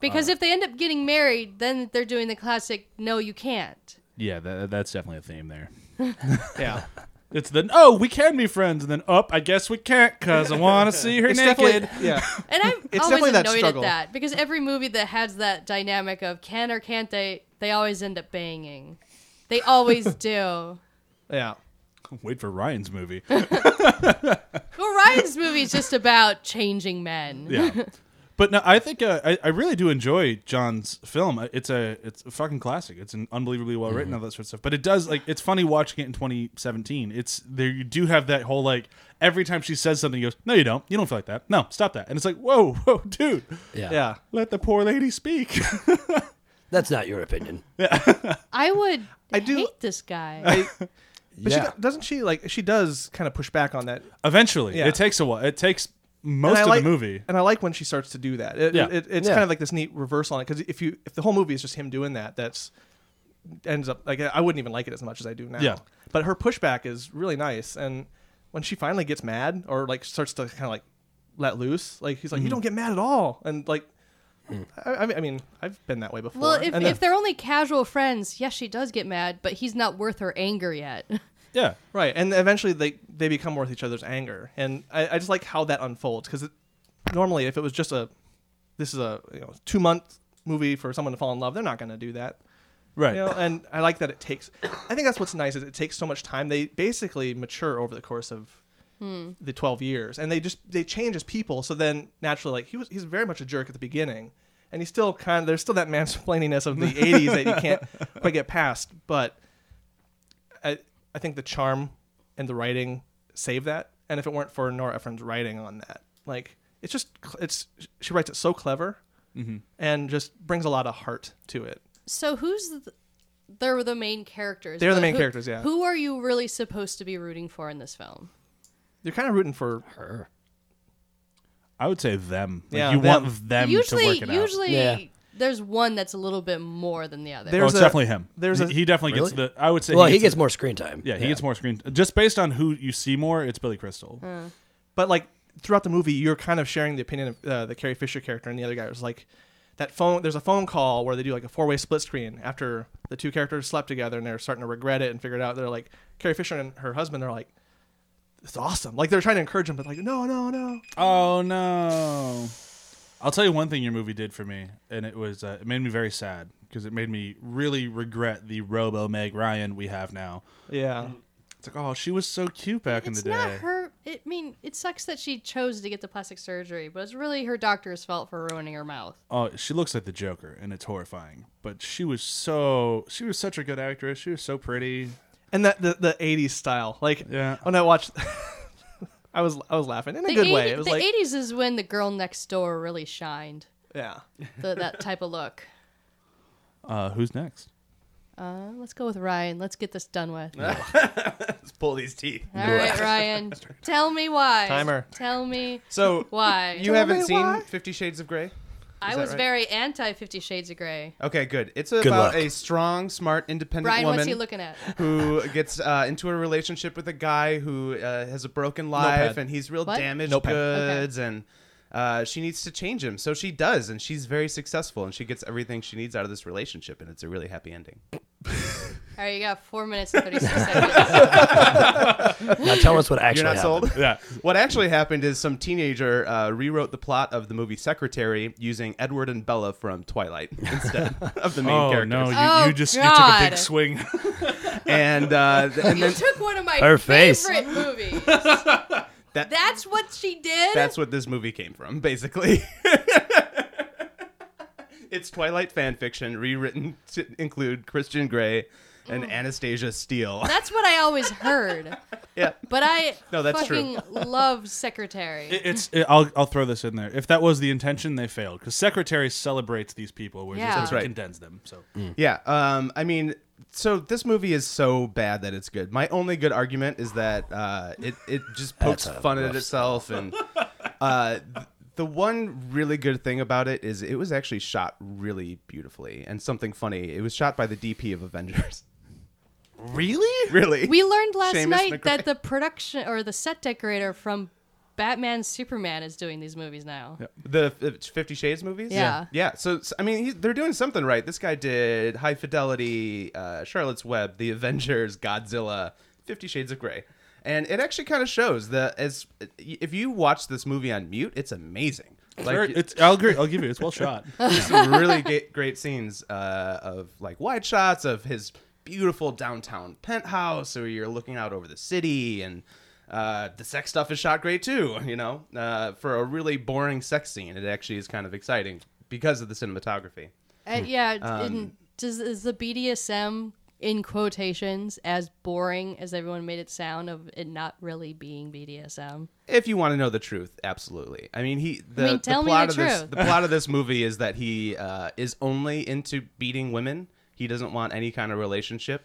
Speaker 4: Because if they end up getting married, then they're doing the classic "No, you can't."
Speaker 2: Yeah, that, that's definitely a theme there.
Speaker 3: yeah.
Speaker 2: It's the oh we can be friends, and then up I guess we can't because I want to see her
Speaker 3: It's
Speaker 2: naked.
Speaker 3: definitely yeah.
Speaker 4: And I'm
Speaker 3: It's
Speaker 4: always
Speaker 3: definitely that
Speaker 4: annoyed
Speaker 3: struggle.
Speaker 4: at that because every movie that has that dynamic of can or can't they, they always end up banging. They always do.
Speaker 3: Yeah.
Speaker 2: Wait for Ryan's movie.
Speaker 4: Well, Ryan's movie is just about changing men.
Speaker 2: Yeah. But no, I think uh, I, I really do enjoy John's film. I- It's a it's a fucking classic. It's an unbelievably well
Speaker 3: Mm-hmm.
Speaker 2: written, all that sort of stuff. But it does like it's funny watching it in 2017. It's there you do have that whole like every time she says something, he goes, "No, you don't. You don't feel like that. No, stop that." And it's like, "Whoa, whoa, dude,
Speaker 5: Yeah.
Speaker 3: Yeah.
Speaker 2: let the poor lady speak."
Speaker 5: That's not your opinion.
Speaker 4: I would
Speaker 3: I do-
Speaker 4: hate this guy.
Speaker 3: But
Speaker 5: yeah.
Speaker 3: she do- doesn't she like she does kind of push back on that.
Speaker 2: Eventually,
Speaker 3: Yeah.
Speaker 2: it takes a while. It takes
Speaker 3: And
Speaker 2: most
Speaker 3: I
Speaker 2: of
Speaker 3: like,
Speaker 2: the movie.
Speaker 3: And I like when she starts to do that. It,
Speaker 2: Yeah.
Speaker 3: it, it's
Speaker 5: Yeah.
Speaker 3: kind of like this neat reversal on it because if you if the whole movie is just him doing that, that's ends up like I wouldn't even like it as much as I do now.
Speaker 2: Yeah.
Speaker 3: But her pushback is really nice, and when she finally gets mad or like starts to kind of like let loose, like he's like,
Speaker 2: Mm-hmm.
Speaker 3: "You don't get mad at all," and like. I, I mean- I mean, I've been that way before.
Speaker 4: Well, if,
Speaker 3: and
Speaker 4: if they're only casual friends, yes, she does get mad, but he's not worth her anger yet.
Speaker 2: Yeah.
Speaker 3: Right, and eventually they they become worth each other's anger, and I, I just like how that unfolds because normally if it was just a this is a you know two month movie for someone to fall in love, they're not going to do that,
Speaker 2: Right.
Speaker 3: you know. And I like that it takes. I think that's what's nice is it takes so much time. They basically mature over the course of the twelve years, and they just they change as people. So then naturally, like he was he's very much a jerk at the beginning, and he's still kind of there's still that mansplaininess of the '80s that you can't quite get past, but. I, I think the charm and the writing save that. And if it weren't for Nora Ephron's writing on that, like it's just cl- it's she writes it so clever, and just brings a lot of heart to it.
Speaker 4: so who's the, they're the main characters?
Speaker 3: They're the
Speaker 4: but
Speaker 3: main
Speaker 4: who-
Speaker 3: characters, yeah.
Speaker 4: Who are you really supposed to be rooting for in this film?
Speaker 3: You're kind of rooting for
Speaker 2: Oh,
Speaker 5: Her.
Speaker 2: I would say them. Like,
Speaker 3: Yeah,
Speaker 2: you
Speaker 3: them.
Speaker 2: want them to
Speaker 4: usually,
Speaker 2: work it out.
Speaker 4: usually
Speaker 5: Yeah.
Speaker 4: there's one that's a little bit more than the other.
Speaker 3: There-
Speaker 2: oh,
Speaker 3: There's
Speaker 2: it's
Speaker 3: a-
Speaker 2: definitely him.
Speaker 3: there's
Speaker 2: he,
Speaker 3: a-
Speaker 2: he definitely
Speaker 5: Really?
Speaker 2: gets the. I would say.
Speaker 5: Well, he
Speaker 2: a-
Speaker 5: gets more screen time.
Speaker 2: Yeah, he gets more screen just based on who you see more. It's Billy Crystal.
Speaker 3: but like throughout the movie, you're kind of sharing the opinion of uh, the Carrie Fisher character and the other guy was like, that phone there's a phone call where they do like a four-way split screen after the two characters slept together and they're starting to regret it and figure it out they're like carrie fisher and her husband are like it's awesome like they're trying to encourage him but like no no no
Speaker 2: Oh no! I'll tell you one thing your movie did for me, and it was uh, it made me very sad because it made me really regret the Robo Meg Ryan we have now.
Speaker 3: yeah
Speaker 2: It's like, oh, she was so cute back in the
Speaker 4: It's
Speaker 2: day.
Speaker 4: not her. It I mean it sucks that she chose to get the plastic surgery, but it's really her doctor's fault for ruining her mouth.
Speaker 2: Oh, she looks like the Joker, and it's horrifying. But she was so she was such a good actress. She was so pretty.
Speaker 3: and that the, the 80s style like
Speaker 2: Yeah.
Speaker 3: when i watched i was i was laughing in a
Speaker 4: The,
Speaker 3: good
Speaker 4: 80
Speaker 3: way it was
Speaker 4: the
Speaker 3: like
Speaker 4: 80s is when the girl next door really shined.
Speaker 3: yeah
Speaker 4: The, that type of look.
Speaker 2: Uh, who's next?
Speaker 4: Uh, let's go with Ryan. Let's get this done with. All
Speaker 6: Let's pull these teeth.
Speaker 4: right, Ryan. Tell me why.
Speaker 3: Timer.
Speaker 4: Tell me
Speaker 6: So
Speaker 4: why.
Speaker 6: you haven't seen Fifty Shades of Grey?
Speaker 4: I
Speaker 6: that
Speaker 4: was
Speaker 6: right?
Speaker 4: very anti Fifty Shades of Grey.
Speaker 6: Okay, good. It's
Speaker 5: luck.
Speaker 6: about a strong, smart, independent
Speaker 4: Ryan,
Speaker 6: woman
Speaker 4: what's he looking at?
Speaker 6: who gets uh, into a relationship with a guy who uh, has a broken life
Speaker 3: Notepad.
Speaker 6: and he's real
Speaker 4: What?
Speaker 6: damaged
Speaker 3: Notepad.
Speaker 4: Okay.
Speaker 6: goods and. Uh, she needs to change him, so she does, and she's very successful, and she gets everything she needs out of this relationship, and it's a really happy ending.
Speaker 4: All right, you got four minutes and 36 seconds.
Speaker 5: Now tell us what actually
Speaker 6: You're not
Speaker 5: happened.
Speaker 6: sold.
Speaker 2: Yeah.
Speaker 6: What actually happened is some teenager uh, rewrote the plot of the movie Secretary using Edward and Bella from Twilight instead of the main
Speaker 2: oh
Speaker 6: characters.
Speaker 2: no, you,
Speaker 4: Oh,
Speaker 2: you just you took a
Speaker 4: God.
Speaker 2: big swing.
Speaker 6: And uh, th- and
Speaker 4: You
Speaker 6: then
Speaker 4: took one of my
Speaker 5: Her face.
Speaker 4: favorite movies.
Speaker 6: That-
Speaker 4: That's what she did?
Speaker 6: that's what this movie came from, basically. it's Twilight fan fiction rewritten to include Christian Grey and Anastasia Steele.
Speaker 4: That's what I always heard.
Speaker 6: yeah.
Speaker 4: But I
Speaker 6: No, that's
Speaker 4: fucking
Speaker 6: true.
Speaker 4: love Secretary.
Speaker 2: It- it's it, I'll I'll throw this in there. If that was the intention, they failed because Secretary celebrates these people, whereas
Speaker 4: Yeah.
Speaker 2: yeah.
Speaker 4: That's
Speaker 6: right.
Speaker 2: condemns them. So
Speaker 6: Yeah. Um. I mean, so this movie is so bad that it's good. My only good argument is that uh, it it just pokes
Speaker 5: That's a
Speaker 6: fun at
Speaker 5: rough
Speaker 6: itself, and uh, th- the one really good thing about it is it was actually shot really beautifully, and something funny. It was shot by the DP of Avengers.
Speaker 2: really,
Speaker 6: really.
Speaker 4: we learned last
Speaker 6: Seamus
Speaker 4: night
Speaker 6: McRae.
Speaker 4: that the production or the set decorator from Batman Superman is doing these movies now.
Speaker 6: The uh, Fifty Shades movies.
Speaker 4: Yeah.
Speaker 6: Yeah. So, so, I mean, he, they're doing something right. This guy did High Fidelity, uh, Charlotte's Web, The Avengers, Godzilla, Fifty Shades of Grey, and it actually kind of shows that as if you watch this movie on mute, it's amazing.
Speaker 2: Sure,
Speaker 6: Like it's
Speaker 2: it's I'll agree. I'll give you. It's well shot.
Speaker 6: some really great, great scenes uh, of like wide shots of his beautiful downtown penthouse, or you're looking out over the city, and uh, the sex stuff is shot great too. You know, uh, for a really boring sex scene, it actually is kind of exciting because of the cinematography. Hmm.
Speaker 4: Uh, yeah.
Speaker 6: Um,
Speaker 4: in- does, is the BDSM in quotations as boring as everyone made it sound of it not really being BDSM?
Speaker 6: If you want to know the truth, absolutely. I mean, he the,
Speaker 4: mean,
Speaker 6: the
Speaker 4: tell me
Speaker 6: plot
Speaker 4: the
Speaker 6: of this
Speaker 4: truth.
Speaker 6: the plot of this movie is that he uh, is only into beating women. He doesn't want any kind of relationship.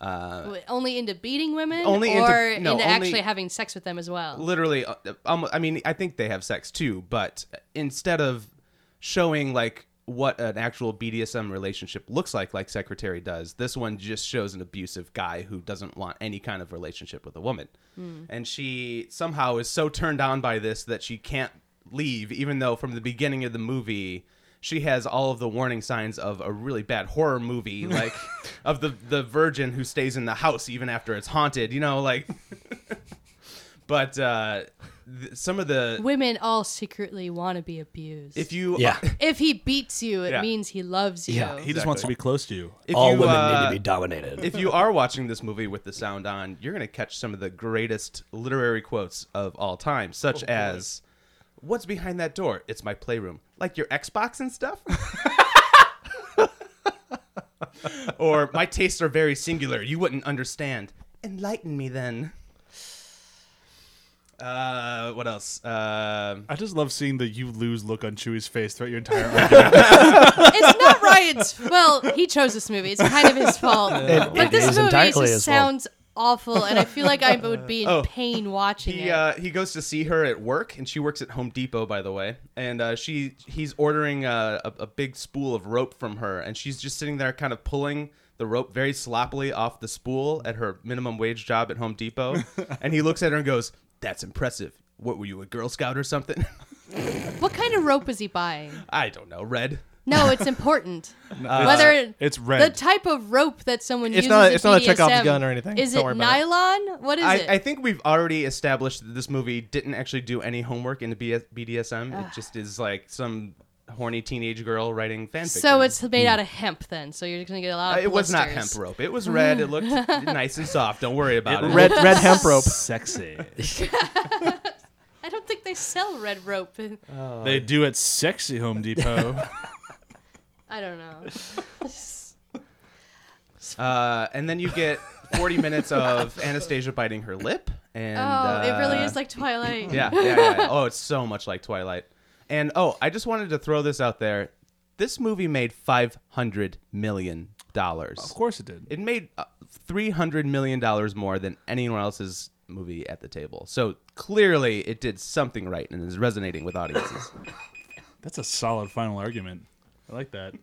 Speaker 4: Wait, only into beating women
Speaker 6: Uh, Only into-
Speaker 4: or
Speaker 6: no, only-
Speaker 4: actually having sex with them as well?
Speaker 6: literally uh, almost, i mean i think they have sex too but instead of showing like what an actual bdsm relationship looks like like secretary does this one just shows an abusive guy who doesn't want any kind of relationship with a woman and she somehow is so turned on by this that she can't leave even though from the beginning of the movie she has all of the warning signs of a really bad horror movie like of the the virgin who stays in the house even after it's haunted you know like but uh, th- some of the
Speaker 4: Women all secretly want to be abused.
Speaker 6: if you
Speaker 5: Yeah.
Speaker 4: If he beats you, it
Speaker 6: Yeah.
Speaker 4: means he loves you.
Speaker 5: Yeah,
Speaker 2: He just wants to be close to you.
Speaker 6: if
Speaker 5: All
Speaker 6: you,
Speaker 5: women need
Speaker 6: uh,
Speaker 5: to be dominated.
Speaker 6: if you are watching this movie with the sound on, you're going to catch some of the greatest literary quotes of all time, such as "What's behind that door? It's my playroom." Like your Xbox and stuff. or my tastes are very singular. You wouldn't understand. Enlighten me then. Uh, what else? Um
Speaker 2: I just love seeing the you lose look on Chewie's face throughout your entire argument.
Speaker 4: it's not Ryan's. Well, he chose this movie. It's kind of his fault. but
Speaker 5: it
Speaker 4: this
Speaker 5: is
Speaker 4: movie
Speaker 5: entirely
Speaker 4: just
Speaker 5: his fault.
Speaker 4: sounds awful, and I feel like I would be in pain watching
Speaker 6: He
Speaker 4: it.
Speaker 6: Oh. uh, he goes to see her at work, and she works at Home Depot, by the way. And uh, she he's ordering a, a, a big spool of rope from her, and she's just sitting there, kind of pulling the rope very sloppily off the spool at her minimum wage job at Home Depot. and he looks at her and goes, "That's impressive. What were you, a Girl Scout or something?
Speaker 4: what kind of rope is he buying?
Speaker 6: I don't know, red."
Speaker 4: No, it's important. Whether
Speaker 2: It's
Speaker 4: the
Speaker 2: red.
Speaker 4: type of rope that someone
Speaker 3: It's
Speaker 4: uses
Speaker 3: not a-
Speaker 4: in
Speaker 3: it's not a Chekhov's
Speaker 4: BDSM,
Speaker 3: gun or anything.
Speaker 4: Is
Speaker 3: Don't
Speaker 4: it
Speaker 3: worry about it.
Speaker 4: nylon? What is
Speaker 6: I,
Speaker 4: it?
Speaker 6: I think we've already established that this movie didn't actually do any homework in the BS, BDSM. It just is like some horny teenage girl writing fanfiction.
Speaker 4: so it's made out of hemp then. So you're going to get a lot
Speaker 6: Uh,
Speaker 4: of
Speaker 6: it was not hemp
Speaker 4: blisters.
Speaker 6: rope. It was red. It looked nice and soft. Don't worry about it.
Speaker 3: Red red hemp rope.
Speaker 2: Sexy.
Speaker 4: I don't think they sell red rope. in-
Speaker 6: Uh,
Speaker 2: they do at sexy Home Depot.
Speaker 4: I don't know.
Speaker 6: Uh, and then you get 40 minutes of Anastasia biting her lip. And uh,
Speaker 4: Oh, it really is like Twilight.
Speaker 6: yeah, yeah, yeah, yeah. Oh, it's so much like Twilight. And oh, I just wanted to throw this out there. This movie made 500 million dollars.
Speaker 2: of course it did.
Speaker 6: It made uh, 300 million dollars more than anyone else's movie at the table. So clearly it did something right and is resonating with audiences.
Speaker 2: That's a solid final argument. I like that.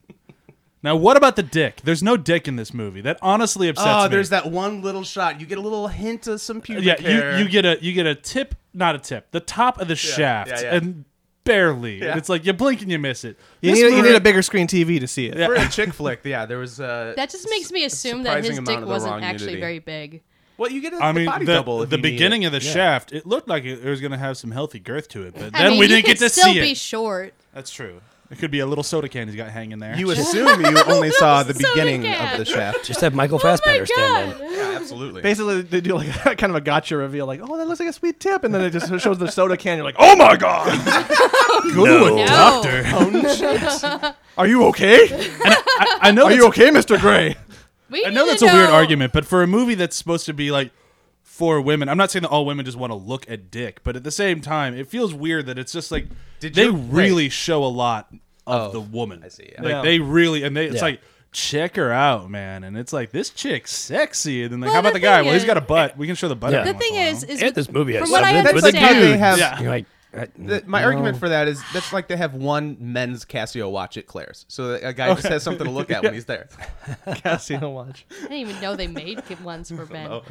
Speaker 2: Now, what about the dick? There's no dick in this movie. That honestly upsets me.
Speaker 6: oh, there's that one little shot. You get a little hint of some pubic
Speaker 2: Yeah,
Speaker 6: hair.
Speaker 2: you, you get a you get a tip, not a tip, the top of the shaft,
Speaker 6: yeah, yeah.
Speaker 2: and barely. It's like you blink and you miss it.
Speaker 3: You
Speaker 2: This
Speaker 3: need, a- you
Speaker 2: movie-
Speaker 3: need a bigger screen TV to see it.
Speaker 6: for a chick flick, yeah, there was uh,
Speaker 4: That just makes me assume that
Speaker 6: surprising
Speaker 4: his
Speaker 6: amount
Speaker 4: dick
Speaker 6: of the wrong
Speaker 4: wasn't actually
Speaker 6: nudity.
Speaker 4: very big.
Speaker 6: Well, you get a
Speaker 2: I mean,
Speaker 6: body
Speaker 2: the,
Speaker 6: double. if
Speaker 2: the
Speaker 6: you need
Speaker 2: beginning
Speaker 6: it.
Speaker 2: of the shaft, it looked like it, it was going to have some healthy girth to it, but
Speaker 4: I
Speaker 2: then
Speaker 4: mean,
Speaker 2: we
Speaker 4: you
Speaker 2: didn't
Speaker 4: could
Speaker 2: get to
Speaker 4: still
Speaker 2: see
Speaker 4: be
Speaker 2: it.
Speaker 4: short.
Speaker 2: That's true. It could be a little soda can he's got hanging there.
Speaker 6: You assume you only saw the
Speaker 4: So they
Speaker 6: beginning of
Speaker 4: can.
Speaker 6: the shaft.
Speaker 5: Just have Michael
Speaker 4: Oh My
Speaker 5: Fassbender stand in.
Speaker 4: God.
Speaker 6: Absolutely.
Speaker 3: Basically, they do like kind of a gotcha reveal, like, "Oh, that looks like a sweet tip," and then it just shows the soda can. You're like, "Oh my god,
Speaker 4: No.
Speaker 3: are you okay?
Speaker 2: I, I know.
Speaker 3: Are
Speaker 2: that's-
Speaker 3: you okay, Mister Gray?"
Speaker 4: We
Speaker 2: I know
Speaker 4: need to
Speaker 2: that's a weird
Speaker 4: know-
Speaker 2: argument, but for a movie that's supposed to be like for women, I'm not saying that all women just want to look at dick, but at the same time, it feels weird that it's just like
Speaker 6: Did
Speaker 2: they
Speaker 6: you-
Speaker 2: really show a lot of
Speaker 6: Oh,
Speaker 2: the woman. I
Speaker 6: see, yeah.
Speaker 2: Like
Speaker 3: Yeah.
Speaker 2: they really and they it's
Speaker 5: Yeah.
Speaker 2: like check her out, man, and it's like this chick's sexy, and then like
Speaker 4: Well,
Speaker 2: how about
Speaker 4: the
Speaker 2: the guy?
Speaker 4: thing
Speaker 2: Well, he's
Speaker 4: is-
Speaker 2: got a butt. We can show the butt.
Speaker 5: The
Speaker 2: every
Speaker 4: The
Speaker 2: once
Speaker 4: thing
Speaker 2: in a
Speaker 4: is,
Speaker 2: while.
Speaker 4: is
Speaker 5: And
Speaker 4: with-
Speaker 5: this movie has
Speaker 4: From what I
Speaker 5: something with the
Speaker 4: understand-
Speaker 5: dude.
Speaker 6: They have-
Speaker 2: yeah.
Speaker 5: You're like, uh, I-
Speaker 6: The- my argument for that is that's like they have one men's Casio watch at Claire's, so that a guy just has something to look at when he's there.
Speaker 3: Casino watch.
Speaker 4: I didn't even know they made good ones for men.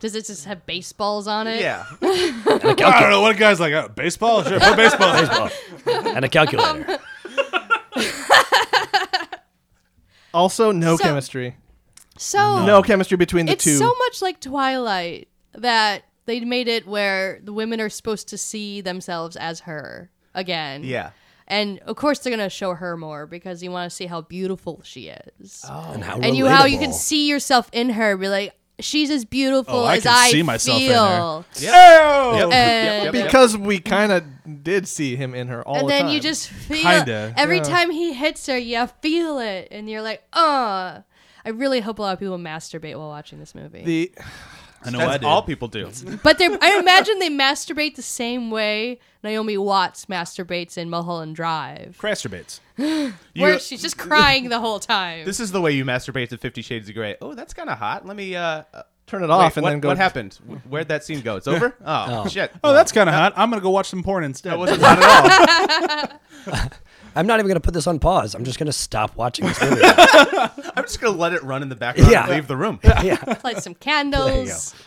Speaker 4: Does it just have baseballs on it?
Speaker 6: Yeah,
Speaker 2: I don't know what a guy's like. Oh, baseball, sure, put baseball.
Speaker 5: baseball and a
Speaker 4: Um,
Speaker 5: calculator.
Speaker 3: Also, no
Speaker 4: So-
Speaker 3: chemistry.
Speaker 4: So
Speaker 3: No chemistry between the
Speaker 4: it's
Speaker 3: two.
Speaker 4: so much like Twilight that they made it where the women are supposed to see themselves as her again.
Speaker 6: yeah.
Speaker 4: And of course they're gonna show her more because you want to see how beautiful she is.
Speaker 6: Oh,
Speaker 5: and how
Speaker 4: and you how you can
Speaker 5: relatable.
Speaker 4: see yourself in her. Be like, she's as beautiful
Speaker 2: Oh, I
Speaker 4: as
Speaker 2: can
Speaker 4: I
Speaker 2: see myself in Oh!
Speaker 4: feel. And
Speaker 6: Yep, yep, yep.
Speaker 3: because we kind of did see him in her all
Speaker 4: and
Speaker 3: the
Speaker 4: then
Speaker 3: time.
Speaker 4: you just feel
Speaker 2: Kinda.
Speaker 4: every time he hits her, you feel it, and you're like, uh I really hope a lot of people masturbate while watching this movie.
Speaker 3: the
Speaker 2: I know I
Speaker 6: That's
Speaker 2: did.
Speaker 6: all people do.
Speaker 4: but they I imagine they masturbate the same way Naomi Watts masturbates in Mulholland Drive,
Speaker 2: Crasturbates.
Speaker 4: where she's just crying the whole time.
Speaker 6: This is the way you masturbate to Fifty Shades of Grey. Oh, that's kind of hot. Let me uh, uh,
Speaker 3: turn it off
Speaker 6: wait,
Speaker 3: and
Speaker 6: what,
Speaker 3: then go.
Speaker 6: What happened? Wh- Where'd that scene go? It's over. Oh, shit.
Speaker 2: Oh, that's kind of hot. I'm gonna go watch some porn instead.
Speaker 6: that wasn't hot at all.
Speaker 5: I'm not even going to put this on pause. I'm just going to stop watching this movie.
Speaker 6: I'm just gonna let it run in the background
Speaker 5: Yeah.
Speaker 6: and leave the room.
Speaker 5: yeah.
Speaker 4: Light some candles.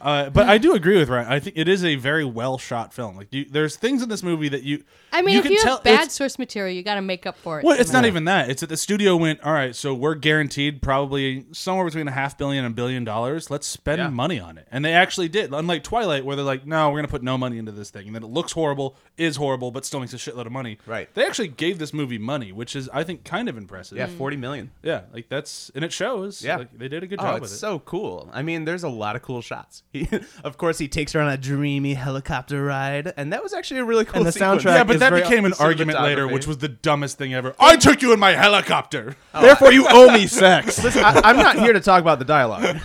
Speaker 2: Uh, but I do agree with Ryan. I think it is a very well shot film. Like you, there's things in this movie that you.
Speaker 4: I mean, if
Speaker 2: can
Speaker 4: you
Speaker 2: tell,
Speaker 4: have bad
Speaker 2: it's-
Speaker 4: source material, you got to make up for it.
Speaker 2: Well, it's
Speaker 4: somehow.
Speaker 2: not even that. It's that the studio went. All right, so we're guaranteed probably somewhere between a half billion and a billion dollars. Let's spend
Speaker 6: Yeah.
Speaker 2: money on it, and they actually did. Unlike Twilight, where they're like, "No, we're gonna put no money into this thing," and then it looks horrible, is horrible, but still makes a shitload of money.
Speaker 6: Right.
Speaker 2: They actually gave this movie money, which is I think kind of impressive.
Speaker 6: Yeah, forty million.
Speaker 2: Yeah, like that's and it shows.
Speaker 6: Yeah.
Speaker 2: Like, they did a good
Speaker 6: Oh,
Speaker 2: job
Speaker 6: it's
Speaker 2: with it.
Speaker 6: so cool. I mean, there's a lot of cool shots. He, of course, he takes her on a dreamy helicopter ride, and that was actually a really cool.
Speaker 3: And the
Speaker 6: sequence.
Speaker 3: soundtrack-
Speaker 2: yeah,
Speaker 3: is
Speaker 2: but that
Speaker 3: very-
Speaker 2: became an
Speaker 6: the
Speaker 2: argument later,
Speaker 6: cinematography.
Speaker 2: which was the dumbest thing ever.
Speaker 6: Oh.
Speaker 2: I took you in my helicopter.
Speaker 3: Therefore, you owe me sex.
Speaker 6: Listen, I, I'm not here to talk about the dialogue.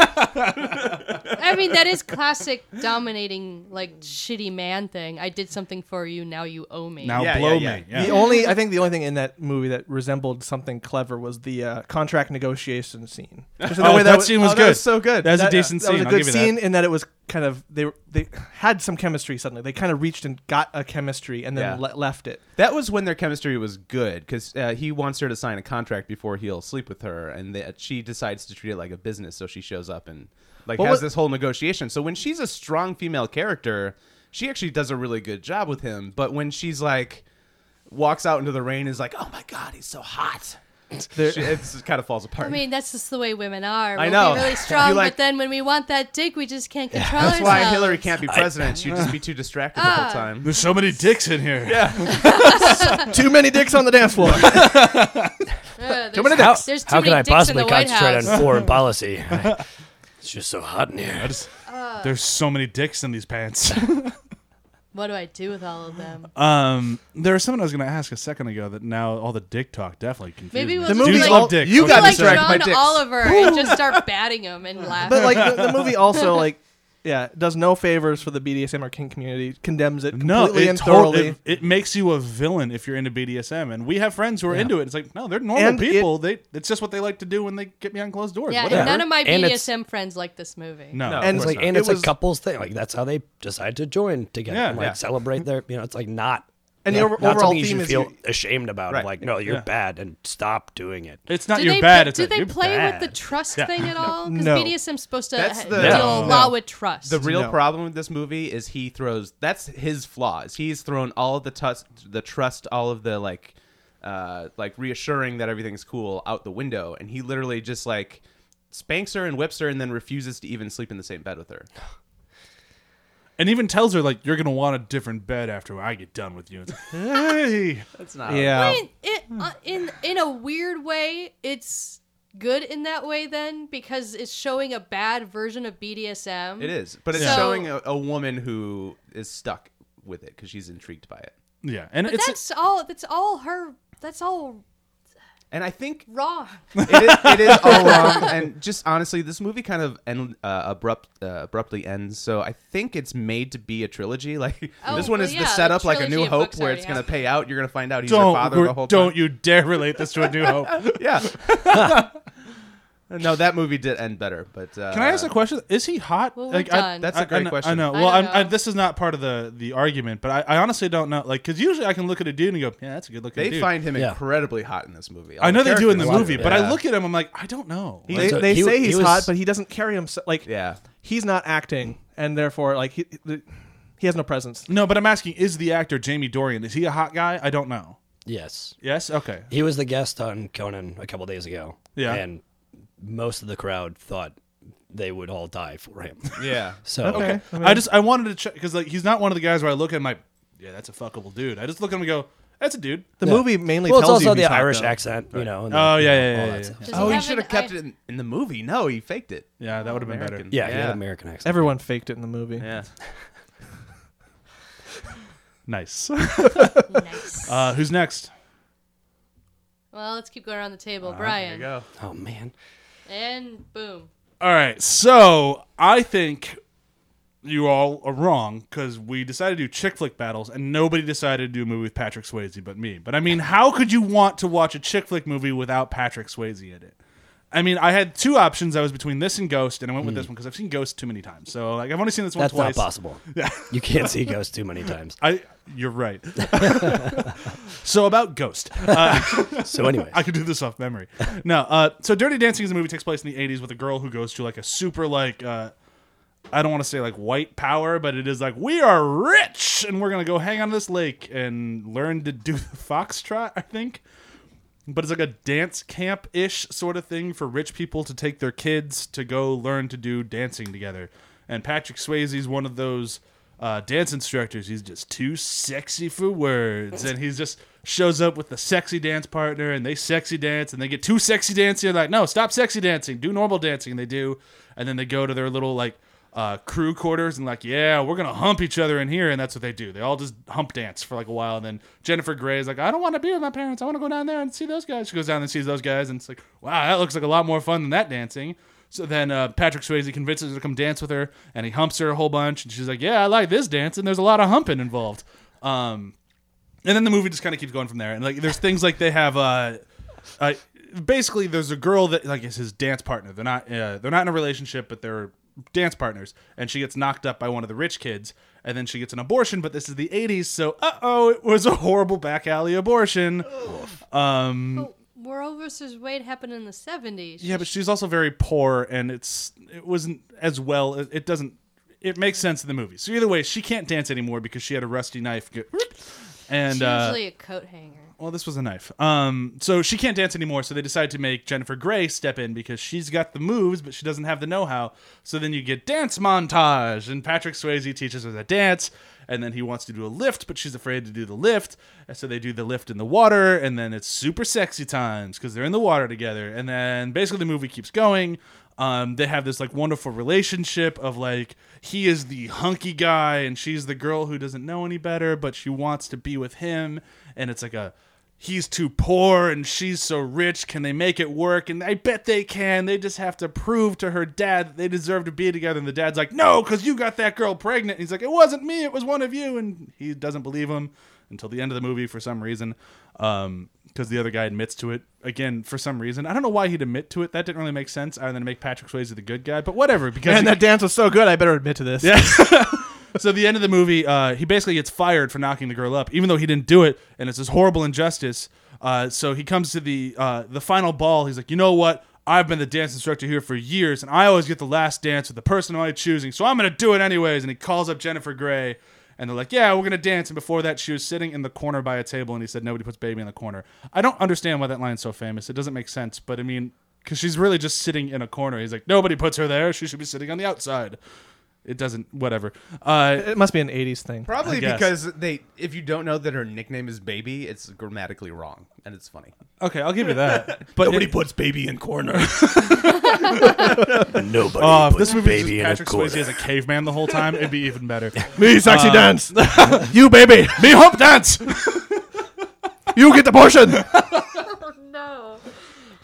Speaker 4: I mean, that is classic dominating, like shitty man thing. I did something for you, now you owe me.
Speaker 2: Now
Speaker 6: Yeah,
Speaker 2: blow
Speaker 6: yeah, yeah.
Speaker 2: me.
Speaker 3: The only I think the only thing in that movie that resembled something clever was the uh, contract negotiation scene. Just in the
Speaker 2: Oh,
Speaker 3: way
Speaker 2: that scene was
Speaker 3: oh,
Speaker 2: good.
Speaker 3: was so good.
Speaker 2: That was a decent
Speaker 3: That was
Speaker 2: scene,
Speaker 3: a
Speaker 2: I'll
Speaker 3: good
Speaker 2: give you that.
Speaker 3: scene in that it was kind of they were- they had some chemistry suddenly. They kind of reached and got a chemistry and then
Speaker 6: Yeah.
Speaker 3: le- left it.
Speaker 6: That was when their chemistry was good because uh, he wants her to sign a contract before he'll sleep with her, and that she decides to treat it like a business. So she shows up and like
Speaker 3: Well,
Speaker 6: has
Speaker 3: what-
Speaker 6: this whole negotiation. So when she's a strong female character, she actually does a really good job with him. But when she's like, walks out into the rain and is like, "Oh my god, he's so hot." She- it's- it kind of falls apart.
Speaker 4: I mean, that's just the way women are. We'll
Speaker 6: I know.
Speaker 4: be really strong,
Speaker 6: You like-
Speaker 4: but then when we want that dick, we just can't control
Speaker 6: That's
Speaker 4: ourselves.
Speaker 6: why Hillary can't be president. She'd just be too distracted the
Speaker 4: Ah.
Speaker 6: whole time.
Speaker 2: There's so many dicks in here. Yeah.
Speaker 3: Too many dicks on the dance floor.
Speaker 4: Uh,
Speaker 3: many
Speaker 4: there's-
Speaker 5: How,
Speaker 4: There's too
Speaker 5: how can
Speaker 4: many
Speaker 5: I
Speaker 4: dicks in
Speaker 5: possibly
Speaker 4: the White
Speaker 5: concentrate
Speaker 4: House.
Speaker 5: on foreign policy? it's just so hot in here.
Speaker 2: There's so many dicks in these pants.
Speaker 4: What do I do with all of them?
Speaker 2: um, there was something I was going to ask a second ago that now all the dick talk definitely confused
Speaker 4: Maybe
Speaker 2: me.
Speaker 4: we'll The just
Speaker 2: Dudes
Speaker 4: movie-
Speaker 2: love dicks.
Speaker 6: you
Speaker 2: What
Speaker 6: got
Speaker 2: can I
Speaker 4: like
Speaker 2: say?
Speaker 6: distracted by
Speaker 4: John
Speaker 6: dicks.
Speaker 4: Oliver and just start batting him and laugh.
Speaker 3: but like the, the movie also like yeah does no favors for the BDSM or kink community. Condemns it
Speaker 2: No,
Speaker 3: completely
Speaker 2: it,
Speaker 3: and
Speaker 2: totally-
Speaker 3: thoroughly.
Speaker 2: it, it makes you a villain if you're into BDSM, and we have friends who are into it. It's like no, they're normal
Speaker 3: And it-
Speaker 2: people. they it's just what they like to do when they get behind closed doors.
Speaker 4: yeah,
Speaker 2: Whatever.
Speaker 4: and none of my
Speaker 5: And it's-
Speaker 4: BDSM friends like this movie.
Speaker 2: no,
Speaker 6: No.
Speaker 2: of
Speaker 3: And
Speaker 5: It's
Speaker 2: course
Speaker 5: like,
Speaker 2: not.
Speaker 5: and
Speaker 3: It
Speaker 5: it's
Speaker 3: was-
Speaker 5: a couples thing. Like that's how they decide to join together.
Speaker 2: Yeah.
Speaker 5: and, like
Speaker 2: Yeah.
Speaker 5: celebrate their. You know, it's like not.
Speaker 3: And the
Speaker 5: yeah,
Speaker 3: over-
Speaker 5: not
Speaker 3: overall
Speaker 5: something you
Speaker 3: theme
Speaker 5: should
Speaker 3: is
Speaker 5: feel
Speaker 3: you-
Speaker 5: ashamed about.
Speaker 6: Right.
Speaker 5: Of like, no, you're
Speaker 2: Yeah.
Speaker 5: bad, and stop doing it.
Speaker 2: it's not
Speaker 4: Do
Speaker 2: you're
Speaker 4: they,
Speaker 2: bad.
Speaker 4: pl-
Speaker 2: It's
Speaker 4: do
Speaker 2: like,
Speaker 4: they
Speaker 2: you're
Speaker 4: play
Speaker 2: bad.
Speaker 4: with the trust
Speaker 2: Yeah.
Speaker 4: thing at all? Because
Speaker 3: No.
Speaker 4: BDSM's supposed to
Speaker 6: That's
Speaker 4: ha-
Speaker 6: the-
Speaker 4: deal a
Speaker 5: No.
Speaker 4: lot with trust.
Speaker 6: The real
Speaker 3: No.
Speaker 6: problem with this movie is he throws. That's his flaws. He's thrown all of the trust, the trust, all of the like, uh, like reassuring that everything's cool out the window, and he literally just like spanks her and whips her, and then refuses to even sleep in the same bed with her.
Speaker 2: and even tells her like you're gonna want a different bed after I get done with you. It's like, hey,
Speaker 6: That's not.
Speaker 3: yeah.
Speaker 4: in, it, uh, in in a weird way, it's good in that way then because it's showing a bad version of BDSM.
Speaker 6: It is, but it's
Speaker 4: So-
Speaker 6: showing a, a woman who is stuck with it because she's intrigued by it.
Speaker 2: yeah, and
Speaker 4: But
Speaker 2: it's
Speaker 4: that's all. That's all her. That's all
Speaker 6: And I think
Speaker 4: wrong.
Speaker 6: it is, it is
Speaker 2: Oh,
Speaker 6: all wrong. And just honestly, this movie kind of end, uh, abrupt uh, abruptly ends. So I think it's made to be a trilogy. Like
Speaker 4: Oh,
Speaker 6: this one
Speaker 4: well,
Speaker 6: is
Speaker 4: yeah,
Speaker 6: the
Speaker 4: the
Speaker 6: setup, like a
Speaker 4: trilogy
Speaker 6: New
Speaker 4: of
Speaker 6: Hope,
Speaker 4: books
Speaker 6: where it's
Speaker 4: already
Speaker 6: going to pay out. You're going to find out he's your
Speaker 2: don't
Speaker 6: father the
Speaker 2: re-
Speaker 6: whole
Speaker 2: don't
Speaker 6: time.
Speaker 2: you dare relate this to a new hope. Can
Speaker 6: Yeah. no, that movie did end better. But uh,
Speaker 2: I ask a question? Is he hot?
Speaker 4: Well, we're
Speaker 2: like, I,
Speaker 4: done.
Speaker 6: That's a
Speaker 2: I- I
Speaker 6: great
Speaker 2: know- I
Speaker 6: question.
Speaker 2: know.
Speaker 4: I
Speaker 2: Well,
Speaker 4: don't
Speaker 2: I'm, I,
Speaker 4: know.
Speaker 2: this is not part of the the argument, but I, I honestly don't know. Like, because usually I can look at a dude and go, "Yeah, that's a good looking
Speaker 6: They
Speaker 2: dude."
Speaker 6: find him
Speaker 5: Yeah.
Speaker 6: incredibly hot in this movie. All
Speaker 2: I know they do in the
Speaker 6: characters love
Speaker 2: movie,
Speaker 6: him.
Speaker 2: but I
Speaker 6: Yeah.
Speaker 2: look at him, I'm like, I don't know.
Speaker 3: They,
Speaker 5: So
Speaker 3: they
Speaker 5: he-
Speaker 3: say
Speaker 5: he
Speaker 3: he's
Speaker 5: was-
Speaker 3: hot, but he doesn't carry himself. Like
Speaker 6: Yeah.
Speaker 3: he's not acting, and therefore like he the- he has no presence.
Speaker 2: no, but I'm asking, is the actor Jamie Dorian? Is he a hot guy? I don't know.
Speaker 5: Yes,
Speaker 2: Yes. Okay.
Speaker 5: he was the guest on Conan a couple days ago.
Speaker 2: Yeah.
Speaker 5: and most of the crowd thought they would all die for him.
Speaker 6: Yeah.
Speaker 5: So
Speaker 2: Okay. I, just I wanted to check because like he's not one of the guys where I look at him like, yeah, that's a fuckable dude. I just look at him and go, that's a dude.
Speaker 3: The movie mainly
Speaker 5: well, it's
Speaker 3: tells
Speaker 5: also
Speaker 3: you
Speaker 5: the
Speaker 3: he's hot,
Speaker 5: Irish
Speaker 3: though.
Speaker 5: accent, you know. and the-
Speaker 2: Oh, yeah,
Speaker 5: you
Speaker 2: yeah,
Speaker 5: know, all
Speaker 2: yeah,
Speaker 5: that
Speaker 2: yeah,
Speaker 5: stuff.
Speaker 4: Does
Speaker 6: Oh, he
Speaker 4: have
Speaker 6: should
Speaker 4: an
Speaker 6: have kept
Speaker 4: eye-
Speaker 6: it in, in the movie. No, he faked it.
Speaker 2: Yeah, that would have been better.
Speaker 6: American.
Speaker 5: Yeah, he had
Speaker 6: Yeah.
Speaker 5: an American accent.
Speaker 3: Everyone faked it in the movie.
Speaker 6: Yeah.
Speaker 2: Nice.
Speaker 4: nice.
Speaker 2: Uh, who's next?
Speaker 4: well, let's keep going around the table, Brian.
Speaker 6: There you Uh, go.
Speaker 5: Oh man,
Speaker 4: And boom.
Speaker 2: All right. So I think you all are wrong because we decided to do chick flick battles and nobody decided to do a movie with Patrick Swayze but me. But I mean, how could you want to watch a chick flick movie without Patrick Swayze in it? I mean, I had two options. I was between this and Ghost, and I went with this one because I've seen Ghost too many times. So like, I've only seen this one
Speaker 5: Hmm. that's
Speaker 2: twice.
Speaker 5: not possible. you can't see ghosts too many times.
Speaker 2: I, you're right. so about Ghost, uh,
Speaker 5: So anyway,
Speaker 2: I could do this off memory. No, uh, so Dirty Dancing is a movie that takes place in the '80s with a girl who goes to like a super like uh, I don't want to say like white power, but it is like we are rich and we're gonna go hang on this lake and learn to do the foxtrot. I think, but it's like a dance camp ish sort of thing for rich people to take their kids to go learn to do dancing together. And Patrick Swayze is one of those uh, dance instructors. He's just too sexy for words, and he's just shows up with the sexy dance partner, and they sexy dance, and they get too sexy dancing. They're like, no, stop sexy dancing, do normal dancing. And they do, and then they go to their little like uh, crew quarters and like, yeah, we're gonna hump each other in here, and that's what they do. They all just hump dance for like a while, and then Jennifer Grey is like, I don't want to be with my parents. I want to go down there and see those guys. She goes down and sees those guys, and it's like, wow, that looks like a lot more fun than that dancing. So then uh, Patrick Swayze convinces her to come dance with her, and he humps her a whole bunch, and she's like, yeah, I like this dance, and there's a lot of humping involved. Um, and then the movie just kind of keeps going from there. And like, there's things like they have, uh, uh, basically, there's a girl that like is his dance partner. They're not, uh, they're not in a relationship, but they're dance partners. And she gets knocked up by one of the rich kids, and then she gets an abortion. But this is the '80s, so uh oh, it was a horrible back alley abortion.
Speaker 4: But Roe versus Wade happened in the seventies.
Speaker 2: Yeah, but she's also very poor, and it's it wasn't as well. It, it doesn't. It makes sense in the movie. So either way, she can't dance anymore because she had a rusty knife. Go, And
Speaker 4: It's
Speaker 2: uh,
Speaker 4: usually a coat hanger.
Speaker 2: well, this was a knife. Um, so she can't dance anymore. So they decide to make Jennifer Grey step in because she's got the moves, but she doesn't have the know-how. So then you get dance montage, and Patrick Swayze teaches her the dance, and then he wants to do a lift, but she's afraid to do the lift. And so they do the lift in the water, and then it's super sexy times because they're in the water together. And then basically the movie keeps going. Um, they have this like wonderful relationship of like he is the hunky guy and she's the girl who doesn't know any better but she wants to be with him and it's like a he's too poor and she's so rich. Can they make it work? And I bet they can. They just have to prove to her dad that they deserve to be together. And the dad's like, no, because you got that girl pregnant. And he's like, it wasn't me, it was one of you. And he doesn't believe him until the end of the movie for some reason. Um, because the other guy admits to it again for some reason. I don't know why he'd admit to it. That didn't really make sense, other than to make Patrick Swayze the good guy. But whatever, because
Speaker 3: And
Speaker 2: he-
Speaker 3: that dance was so good, I better admit to this. Yeah.
Speaker 2: so the end of the movie, uh, he basically gets fired for knocking the girl up, even though he didn't do it, and it's this horrible injustice. Uh, so he comes to the uh, the final ball. He's like, you know what? I've been the dance instructor here for years, and I always get the last dance with the person I'm choosing. So I'm gonna do it anyways. And he calls up Jennifer Grey, and they're like, yeah, we're gonna dance. And before that, she was sitting in the corner by a table, and he said, nobody puts baby in the corner. I don't understand why that line's so famous. It doesn't make sense, but I mean, because she's really just sitting in a corner. He's like, nobody puts her there. She should be sitting on the outside. It doesn't. Whatever. Uh,
Speaker 3: It must be an 80s thing.
Speaker 6: Probably
Speaker 2: I guess.
Speaker 6: because they, if you don't know that her nickname is Baby, it's grammatically wrong, and it's funny.
Speaker 2: Okay, I'll give you that. But nobody put
Speaker 6: puts Baby in corner.
Speaker 5: Nobody
Speaker 2: uh, if
Speaker 5: puts
Speaker 2: this movie was
Speaker 5: baby
Speaker 2: just
Speaker 5: in a
Speaker 2: Patrick Swayze
Speaker 5: corner.
Speaker 2: as Uh, a caveman the whole time. It'd be even better.
Speaker 3: Me, sexy dance. you, baby.
Speaker 2: Me hump dance.
Speaker 3: You get the portion.
Speaker 4: No.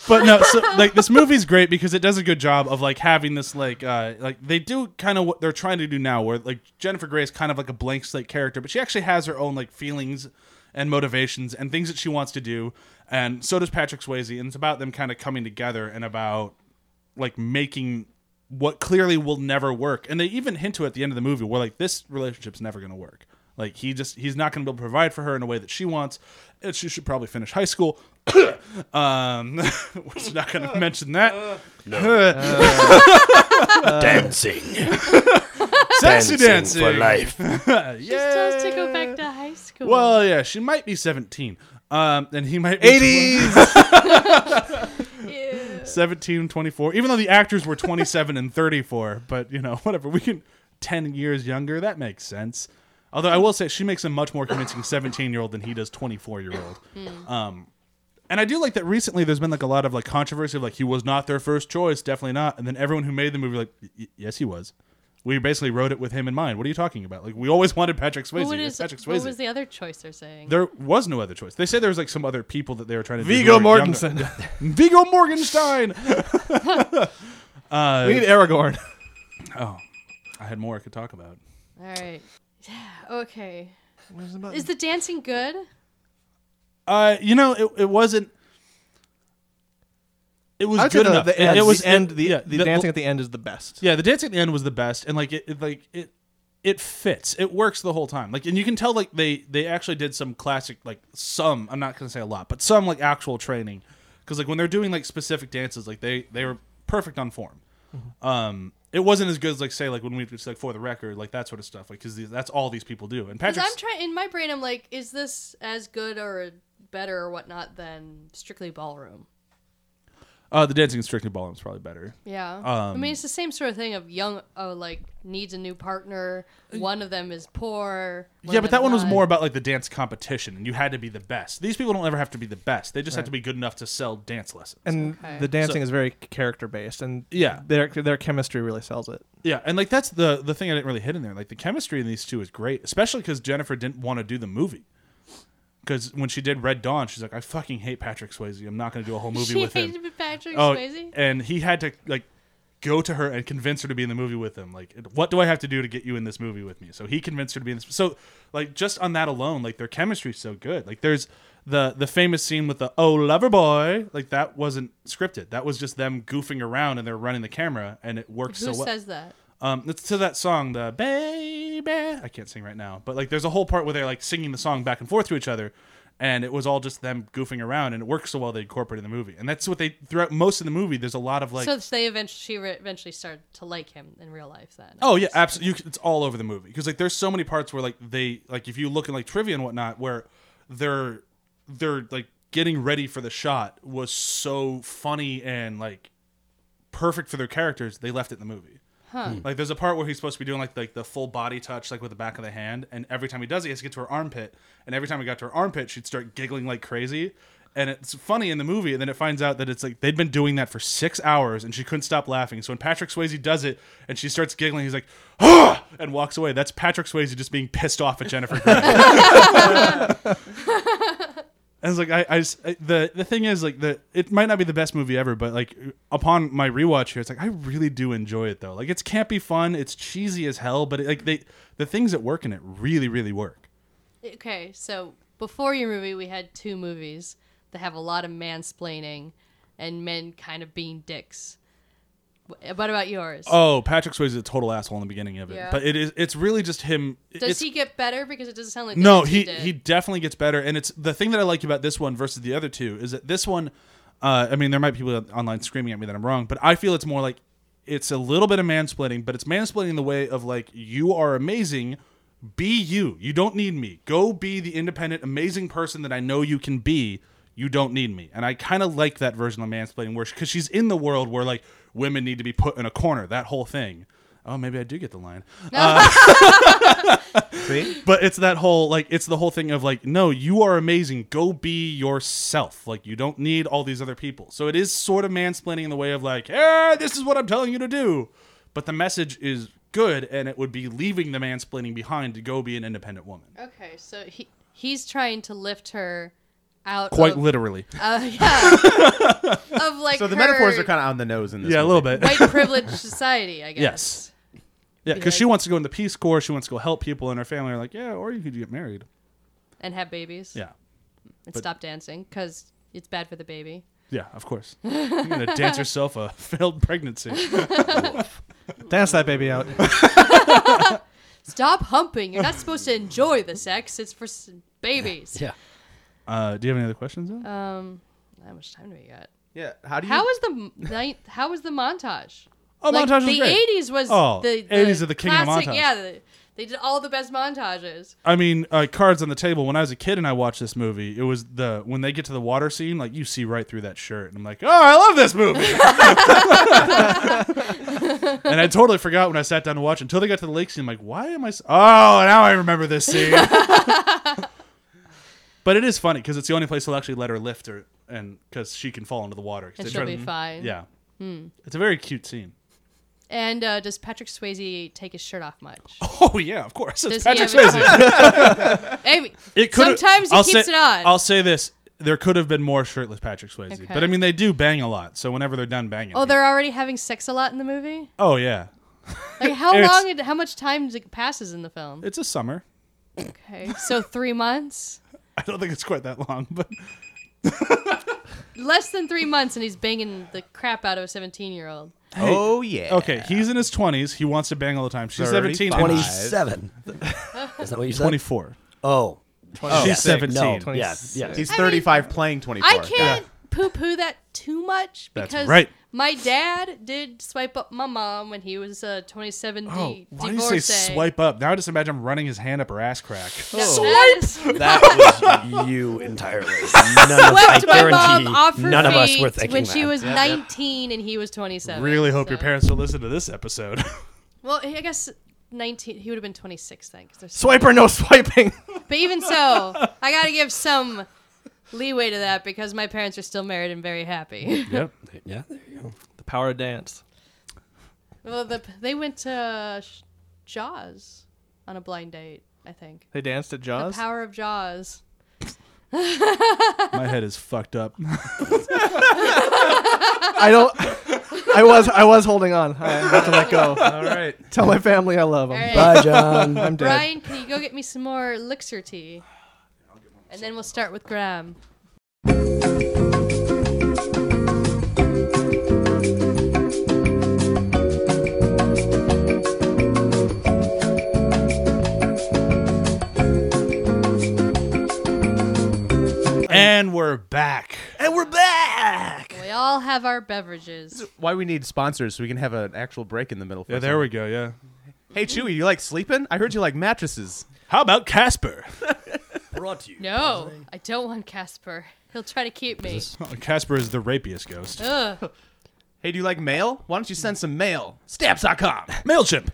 Speaker 2: But no, so like this movie's great because it does a good job of like having this like uh like they do kind of what they're trying to do now, where like Jennifer Grey is kind of like a blank slate character, but she actually has her own like feelings and motivations and things that she wants to do, and so does Patrick Swayze, and it's about them kind of coming together and about like making what clearly will never work. And they even hint to at the end of the movie where like this relationship's never going to work. Like he just he's not going to be able to provide for her in a way that she wants. And she should probably finish high school. um, we're not going to mention that.
Speaker 5: dancing,
Speaker 2: Sexy dancing,
Speaker 5: dancing for life.
Speaker 4: Just to go back to high school.
Speaker 2: Well, yeah, she might be seventeen. Um, and he might be
Speaker 3: 80s.
Speaker 2: 17, 24, even though the actors were 27 and 34, but you know, whatever. We can 10 years younger, that makes sense. Although I will say she makes a much more convincing 17 year old than he does 24 year old. Um, and I do like that recently there's been like a lot of like controversy of like he was not their first choice, definitely not. And then everyone who made the movie, like, "Y- y- yes, he was. We basically wrote it with him in mind. What are you talking about? Like, we always wanted Patrick Swayze.
Speaker 4: what,
Speaker 2: It's
Speaker 4: is,
Speaker 2: Patrick Swayze.
Speaker 4: what was the other choice they're saying?
Speaker 2: There was no other choice. They say there was like some other people that they were trying to do
Speaker 3: Vigo
Speaker 2: who were younger.
Speaker 3: Mortensen.
Speaker 2: Vigo Morgenstein.
Speaker 3: we need Aragorn.
Speaker 2: I had more I could talk about.
Speaker 4: All right. Yeah. Okay. Is the dancing good?
Speaker 2: Uh, you know, it, it wasn't. It was
Speaker 3: I would say
Speaker 2: good
Speaker 3: the-
Speaker 2: enough.
Speaker 3: the
Speaker 2: It-
Speaker 3: end-
Speaker 2: it was
Speaker 3: the end. The,
Speaker 2: yeah,
Speaker 3: the dancing at the end is the best.
Speaker 2: Yeah, the dancing at the end was the best, and like it, it like it, it fits. It works the whole time. Like, and you can tell like they they actually did some classic like some. I'm not gonna say a lot, but some like actual training, because like when they're doing like specific dances, like they they were perfect on form.
Speaker 3: Mm-hmm.
Speaker 2: Um, it wasn't as good as like say like when we just like for the record like that sort of stuff like because that's all these people do. And
Speaker 4: Because
Speaker 2: Patrick,
Speaker 4: I'm trying in my brain, I'm like, is this as good or better or whatnot than strictly ballroom?
Speaker 2: uh, the dancing in strictly ballroom is probably better.
Speaker 4: Yeah.
Speaker 2: Um,
Speaker 4: I mean, it's the same sort of thing of young, oh, like needs a new partner. One of them is poor. one
Speaker 2: yeah,
Speaker 4: of
Speaker 2: but
Speaker 4: them
Speaker 2: that one was
Speaker 4: not.
Speaker 2: more about like the dance competition, and you had to be the best. These people don't ever have to be the best; they just have to be good enough to sell dance lessons.
Speaker 3: And
Speaker 4: Okay.
Speaker 3: the dancing is very character based, and
Speaker 2: Yeah.
Speaker 3: their their chemistry really sells it.
Speaker 2: yeah, and like that's the the thing I didn't really hit in there. Like the chemistry in these two is great, especially because Jennifer didn't want to do the movie. Because when she did Red Dawn, she's like, "I fucking hate Patrick Swayze. I'm not going to do a whole movie
Speaker 4: She
Speaker 2: with him."
Speaker 4: hated Patrick
Speaker 2: oh,
Speaker 4: Swayze.
Speaker 2: and he had to like go to her and convince her to be in the movie with him. Like, what do I have to do to get you in this movie with me? So he convinced her to be in this. So, like, just on that alone, like their chemistry's so good. Like, there's the the famous scene with the oh lover boy. Like that wasn't scripted. That was just them goofing around and they're running the camera and it worked
Speaker 4: Who
Speaker 2: so well.
Speaker 4: says that?
Speaker 2: Um, it's to that song, the baby. I can't sing right now, but like, there's a whole part where they're like singing the song back and forth to each other, and it was all just them goofing around, and it works so well they incorporated in the movie, and that's what they throughout most of the movie. There's a lot of like,
Speaker 4: so they eventually she re- eventually started to like him in real life. Then.
Speaker 2: oh yeah, absolutely, it's all over the movie because like, there's so many parts where like they like if you look at like trivia and whatnot where their their like getting ready for the shot was so funny and like perfect for their characters. They left it in the movie. Like there's a part where he's supposed to be doing like like the full body touch like with the back of the hand, and every time he does it, he has to get to her armpit, and every time he got to her armpit, she'd start giggling like crazy. And it's funny in the movie, and then it finds out that it's like they'd been doing that for six hours, and she couldn't stop laughing. So when Patrick Swayze does it, and she starts giggling, he's like, "Ah!" and walks away. That's Patrick Swayze just being pissed off at Jennifer. Grey. I was like, I, I s- I- the the thing is, like, the it might not be the best movie ever, but like, upon my rewatch here, it's like I really do enjoy it though. Like, it's campy fun, it's cheesy as hell, but it, like they the things that work in it really, really work.
Speaker 4: Okay, so before your movie, we had two movies that have a lot of mansplaining and men kind of being dicks. Wh- What about yours?
Speaker 2: Oh, Patrick Swayze is a total asshole in the beginning of it,
Speaker 4: Yeah.
Speaker 2: but it is it's really just him.
Speaker 4: Does
Speaker 2: it's-
Speaker 4: he get better? Because it doesn't sound like
Speaker 2: No,
Speaker 4: this
Speaker 2: he
Speaker 4: did.
Speaker 2: he definitely gets better, and it's the thing that I like about this one versus the other two is that this one, uh, I mean, there might be people online screaming at me that I'm wrong, but I feel it's more like it's a little bit of mansplaining, but it's mansplaining in the way of like you are amazing, be you, you don't need me, go be the independent, amazing person that I know you can be. You don't need me, and I kind of like that version of mansplaining, where because she's in the world where like women need to be put in a corner, that whole thing. Oh, maybe I do get the line
Speaker 6: See?
Speaker 2: but it's that whole like it's the whole thing of like no you are amazing go be yourself like you don't need all these other people so it is sort of mansplaining in the way of like yeah this is what i'm telling you to do but the message is good and it would be leaving the mansplaining behind to go be an independent woman
Speaker 4: Okay, so he he's trying to lift her out.
Speaker 2: quite
Speaker 4: of,
Speaker 2: literally
Speaker 4: uh, yeah, of like
Speaker 6: So the
Speaker 4: her
Speaker 6: metaphors are kind of on the nose in this.
Speaker 2: yeah a
Speaker 6: movie.
Speaker 2: little bit
Speaker 4: white privileged society, I guess.
Speaker 2: Yes. yeah because she wants to go in the peace corps she wants to go help people and her family are like yeah or you could get married
Speaker 4: and have babies.
Speaker 2: yeah
Speaker 4: and stop dancing because it's bad for the baby.
Speaker 2: yeah of course you're gonna dance yourself a failed pregnancy
Speaker 3: Dance that baby out.
Speaker 4: Stop humping. You're not supposed to enjoy the sex. It's for s- babies.
Speaker 5: Yeah.
Speaker 2: uh, do you have any other questions though?
Speaker 4: Um, how much time do we got?
Speaker 6: Yeah. How do you?
Speaker 4: How was the m- night? How was the montage?
Speaker 2: oh
Speaker 4: Like,
Speaker 2: montage was
Speaker 4: the
Speaker 2: great
Speaker 4: '80s was
Speaker 2: Oh,
Speaker 4: the, the
Speaker 2: 80s are the king of the
Speaker 4: classic-
Speaker 2: montage.
Speaker 4: Yeah, the, they did all the best montages.
Speaker 2: I mean, uh, cards on the table. When I was a kid and I watched this movie, it was the when they get to the water scene, like you see right through that shirt, and I'm like, oh, I love this movie. and I totally forgot when I sat down to watch until they got to the lake scene. I'm like, why am I? s- Oh, now I remember this scene. but it is funny because it's the only place they'll actually let her lift her, and because she can fall into the water. 'cause
Speaker 4: And
Speaker 2: they
Speaker 4: she'll
Speaker 2: try-
Speaker 4: be fine. Hmm.
Speaker 2: Yeah, it's a very cute scene.
Speaker 4: And uh, does Patrick Swayze take his shirt off much?
Speaker 2: Oh yeah, of course. It's
Speaker 4: Does he
Speaker 2: Patrick
Speaker 4: have
Speaker 2: Swayze.
Speaker 4: a- Amy,
Speaker 2: It could
Speaker 4: sometimes he
Speaker 2: I'll
Speaker 4: keeps
Speaker 2: say,
Speaker 4: it on.
Speaker 2: I'll say this: there could have been more shirtless Patrick Swayze,
Speaker 4: Okay.
Speaker 2: but I mean they do bang a lot. So whenever they're done banging,
Speaker 4: oh, they're already having sex a lot in the movie.
Speaker 2: oh yeah,
Speaker 4: Like how
Speaker 2: It's-
Speaker 4: long? and How much time does it passes in the film?
Speaker 2: it's a summer.
Speaker 4: Okay, so three months,
Speaker 2: I don't think it's quite that long, but
Speaker 4: less than three months, and he's banging the crap out of a seventeen-year-old.
Speaker 6: Oh yeah.
Speaker 2: okay, he's in his twenties. He wants to bang all the time. She's seventeen. and
Speaker 6: 35.
Speaker 2: she's
Speaker 5: 27. Is that what you said?
Speaker 2: Twenty-four.
Speaker 5: Oh.
Speaker 2: she's
Speaker 5: Six.
Speaker 2: seventeen.
Speaker 5: No, yeah, yeah.
Speaker 6: He's 35 playing 24.
Speaker 4: I can't poo-poo that too much
Speaker 2: That's
Speaker 4: because
Speaker 2: right.
Speaker 4: my dad did swipe up my mom when he was uh, twenty-seven.
Speaker 2: Oh,
Speaker 4: d-
Speaker 2: why do you say swipe up? Now I just imagine him running his hand up her ass crack.
Speaker 4: Swipe.
Speaker 5: That was you entirely. None of, I
Speaker 4: Swept my mom
Speaker 5: guarantee
Speaker 4: off her
Speaker 5: none of us
Speaker 4: feet
Speaker 5: were thinking
Speaker 4: when
Speaker 5: that.
Speaker 4: she was 19 and he was 27.
Speaker 2: Really hope your
Speaker 4: so-
Speaker 2: parents don't listen to this episode.
Speaker 4: Well, I guess 19. He would have been 26 then. 'cause there's-
Speaker 3: Swipe or no swiping.
Speaker 4: But even so, I got to give some leeway to that because my parents are still married and very happy.
Speaker 2: yep.
Speaker 5: yeah, there you go.
Speaker 3: the power of dance.
Speaker 4: well, the, they went to uh, Sh- Jaws on a blind date, I think.
Speaker 3: They danced at
Speaker 4: The
Speaker 3: Jaws.
Speaker 4: power of Jaws.
Speaker 2: My head is fucked up.
Speaker 3: I don't. I was I was holding on. I have to let go.
Speaker 6: All right.
Speaker 3: Tell my family I love them.
Speaker 4: All right.
Speaker 5: Bye, John.
Speaker 3: I'm dead.
Speaker 4: Brian, can you go get me some more elixir tea? And then we'll start with Graham.
Speaker 2: and we're back.
Speaker 6: And we're back.
Speaker 4: We all have our beverages.
Speaker 6: Why we need sponsors so we can have an actual break in the middle. For
Speaker 2: Yeah, there we go. Yeah.
Speaker 6: Hey Chewy, you like sleeping? I heard you like mattresses.
Speaker 2: How about Casper?
Speaker 5: Brought to you.
Speaker 4: No, I don't want Casper. He'll try to keep me.
Speaker 2: Casper is the rapiest ghost.
Speaker 4: Ugh.
Speaker 6: Hey, do you like mail? Why don't you send some mail? Stamps.com.
Speaker 2: Mailchimp.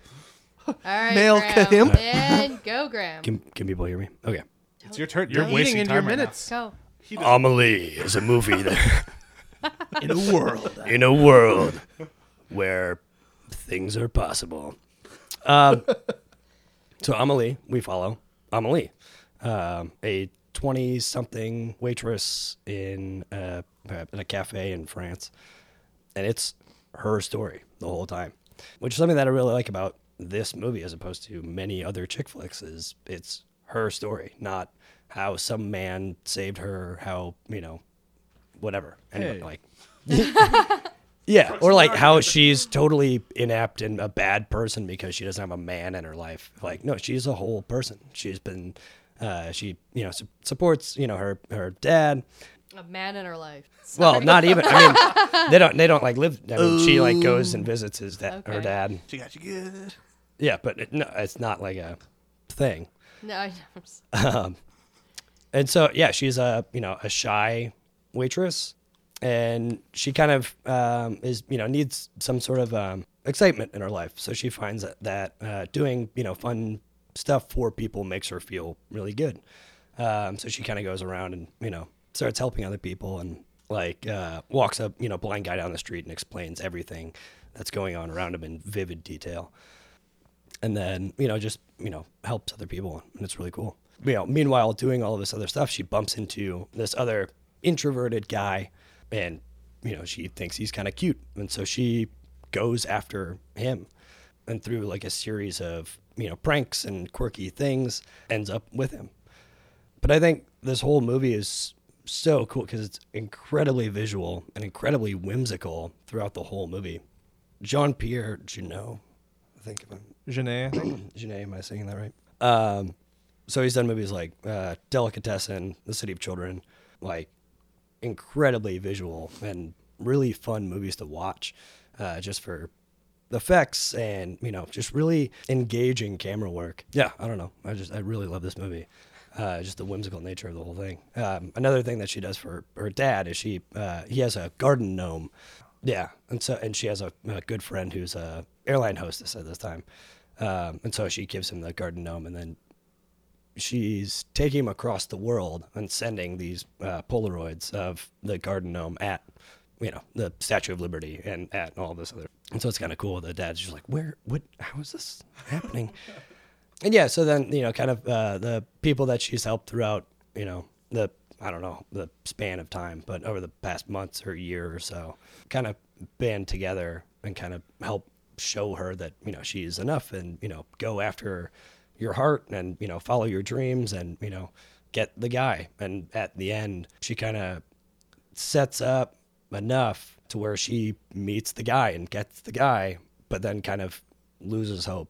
Speaker 4: All right,
Speaker 3: Male
Speaker 4: Graham.
Speaker 3: Kemp.
Speaker 4: And go, Graham.
Speaker 5: Can, can people hear me? Okay.
Speaker 2: It's your turn. You're
Speaker 6: Eating
Speaker 2: wasting
Speaker 6: into
Speaker 2: time
Speaker 6: your
Speaker 2: right now.
Speaker 6: minutes.
Speaker 4: Go.
Speaker 5: Amelie is a movie that
Speaker 6: In a world.
Speaker 5: in a world where things are possible. Um, so Amelie, we follow Amelie, um, a twenty-something waitress in a, in a cafe in France, and it's her story the whole time, which is something that I really like about this movie as opposed to many other chick flicks is it's her story, not how some man saved her, how you know, whatever. Anyway,
Speaker 2: Hey.
Speaker 5: like yeah, or like how she's totally inapt and a bad person because she doesn't have a man in her life. Like, no, she's a whole person. She's been, uh, she you know su- supports you know her her dad.
Speaker 4: A man in her life.
Speaker 5: Well, not even. I mean, they don't they don't like live. I mean, she like goes and visits his dad, her
Speaker 4: Okay.
Speaker 5: dad.
Speaker 6: She got you good.
Speaker 5: Yeah, but it, no, it's not like a thing.
Speaker 4: No, I know.
Speaker 5: and so yeah, she's a you know a shy waitress, and she kind of um, is you know needs some sort of um, excitement in her life. So she finds that, that uh, doing you know fun stuff for people makes her feel really good. Um, so she kind of goes around and you know starts helping other people and like uh, walks a you know blind guy down the street and explains everything that's going on around him in vivid detail and then you know just you know helps other people and it's really cool you know meanwhile doing all of this other stuff she bumps into this other introverted guy and you know she thinks he's kind of cute and so she goes after him and through like a series of you know pranks and quirky things ends up with him but I think this whole movie is so cool because it's incredibly visual and incredibly whimsical throughout the whole movie. Jean Pierre Junot, I think if I'm
Speaker 3: Janae, I think.
Speaker 5: Janae, am I saying that right? Um, so he's done movies like uh, Delicatessen, The City of Children, like incredibly visual and really fun movies to watch, uh, just for the effects and you know just really engaging camera work. Yeah, I don't know, I just I really love this movie. Uh, just the whimsical nature of the whole thing. Um, another thing that she does for her dad is she uh, he has a garden gnome. Yeah, and so and she has a, a good friend who's a airline hostess at this time, um, and so she gives him the garden gnome, and then she's taking him across the world and sending these uh, Polaroids of the garden gnome at, you know, the Statue of Liberty and at all this other. And so it's kind of cool. The dad's just like, where, what, how is this happening? and yeah, so then you know, kind of uh, the people that she's helped throughout, you know, the I don't know the span of time, but over the past months or year or so, kind of band together and kind of help show her that you know she's enough and you know go after your heart and you know follow your dreams and you know get the guy. And at the end, she kind of sets up enough to where she meets the guy and gets the guy, but then kind of loses hope.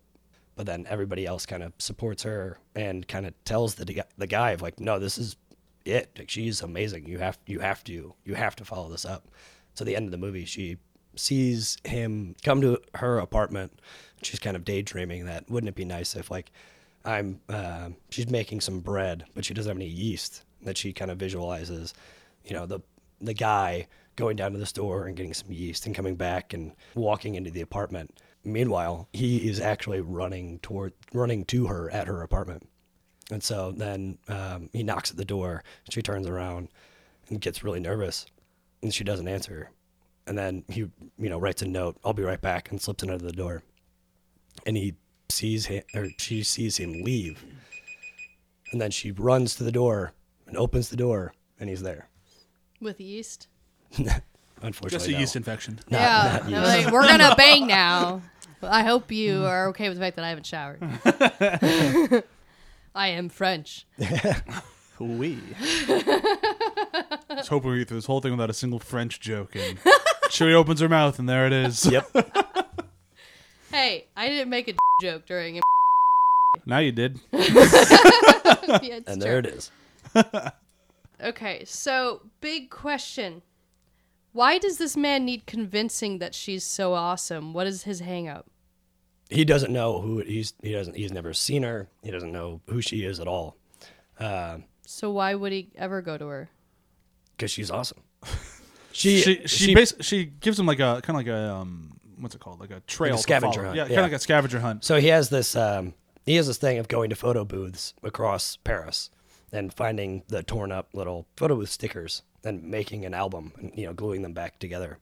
Speaker 5: But then everybody else kind of supports her and kind of tells the the guy of like, no, this is it. Like she's amazing. You have you have to you have to follow this up. So the end of the movie, she sees him come to her apartment. She's kind of daydreaming that wouldn't it be nice if like I'm uh, she's making some bread, but she doesn't have any yeast that she kind of visualizes. You know the the guy going down to the store and getting some yeast and coming back and walking into the apartment. Meanwhile, he is actually running toward running to her at her apartment. And so then um, he knocks at the door. She turns around and gets really nervous, and she doesn't answer. And then he, you know, writes a note. I'll be right back, and slips it under the door. And he sees him, or she sees him leave. And then she runs to the door and opens the door, and he's there.
Speaker 4: With yeast.
Speaker 5: Unfortunately,
Speaker 2: Just a
Speaker 5: no.
Speaker 2: yeast infection.
Speaker 4: yeah. They're like, We're gonna bang now. Well, I hope you are okay with the fact that I haven't showered. I am French.
Speaker 3: we.
Speaker 2: I was hoping we get through this whole thing without a single French joke. And she opens her mouth, and there it is.
Speaker 5: Yep.
Speaker 4: Hey, I didn't make a joke during it.
Speaker 2: Now you did.
Speaker 4: Yeah, it's
Speaker 5: And
Speaker 4: true.
Speaker 5: there it is.
Speaker 4: Okay, so big question. Why does this man need convincing that she's so awesome? What is his hang up?
Speaker 5: he doesn't know who he's he doesn't he's never seen her he doesn't know who she is at all Um
Speaker 4: So why would he ever go to her?
Speaker 5: because she's awesome. She
Speaker 2: she she she, basi- she gives him like a kind of like a um what's it called like a trail to
Speaker 5: scavenger
Speaker 2: follow.
Speaker 5: hunt,
Speaker 2: yeah, kind
Speaker 5: yeah.
Speaker 2: of like a scavenger hunt
Speaker 5: so he has this um, he has this thing of going to photo booths across Paris and finding the torn up little photo booth stickers and making an album and you know gluing them back together.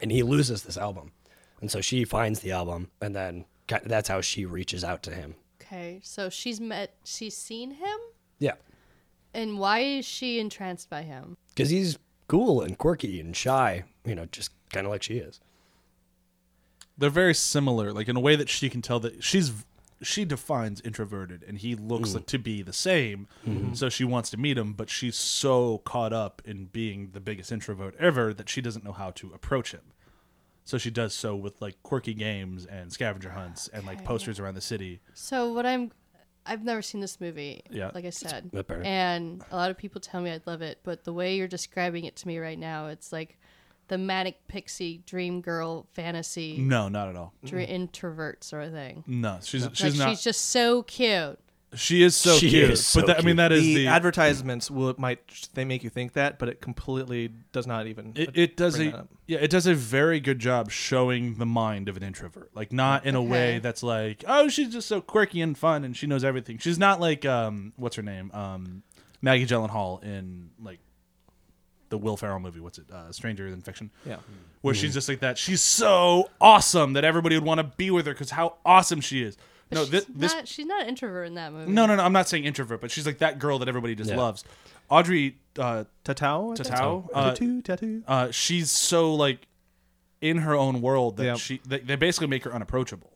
Speaker 5: And he loses this album, and so she finds the album, and then ki- that's how she reaches out to him.
Speaker 4: Okay, so she's met, she's seen him,
Speaker 5: Yeah,
Speaker 4: and why is she entranced by him?
Speaker 5: because he's cool and quirky and shy, you know, just kind of like she is.
Speaker 2: they're very similar like in a way that she can tell that she's she defines introverted and he looks
Speaker 5: Mm.
Speaker 2: like to be the same
Speaker 5: Mm-hmm.
Speaker 2: so she wants to meet him but she's so caught up in being the biggest introvert ever that she doesn't know how to approach him so she does so with like quirky games and scavenger hunts and like
Speaker 4: Okay.
Speaker 2: posters around the city
Speaker 4: So what I'm, I've never seen this movie.
Speaker 2: Yeah.
Speaker 4: like I said,
Speaker 5: apparent.
Speaker 4: and a lot of people tell me I'd love it, but the way you're describing it to me right now, it's like the manic pixie dream girl fantasy
Speaker 2: no not at all
Speaker 4: dr- introvert sort of thing.
Speaker 2: no she's
Speaker 4: Like
Speaker 2: Mm. she's not
Speaker 4: she's just so cute.
Speaker 2: she is so
Speaker 5: She
Speaker 2: cute
Speaker 5: is so
Speaker 2: but that, i mean
Speaker 5: cute.
Speaker 2: that is
Speaker 3: the,
Speaker 2: the,
Speaker 3: advertisements will it might they make you think that, but it completely does not even.
Speaker 2: it, it does
Speaker 3: bring that
Speaker 2: a
Speaker 3: up.
Speaker 2: yeah it does a very good job showing the mind of an introvert like not in a way
Speaker 4: Okay.
Speaker 2: that's like oh she's just so quirky and fun and she knows everything she's not like um what's her name um maggie gyllenhaal in like the will ferrell movie what's it uh, stranger than fiction
Speaker 3: Yeah.
Speaker 2: where she's just like that she's so awesome that everybody would want to be with her because how awesome she is
Speaker 4: But
Speaker 2: no
Speaker 4: she's,
Speaker 2: this, this
Speaker 4: not, she's not an introvert in that movie.
Speaker 2: no no no i'm not saying introvert but she's like that girl that everybody just
Speaker 5: Yeah.
Speaker 2: loves audrey uh
Speaker 3: Tatao. I think?
Speaker 2: Tatao, uh,
Speaker 3: Tattoo. Tattoo.
Speaker 2: uh, she's so like in her own world that
Speaker 3: Yep.
Speaker 2: she they, they basically make her unapproachable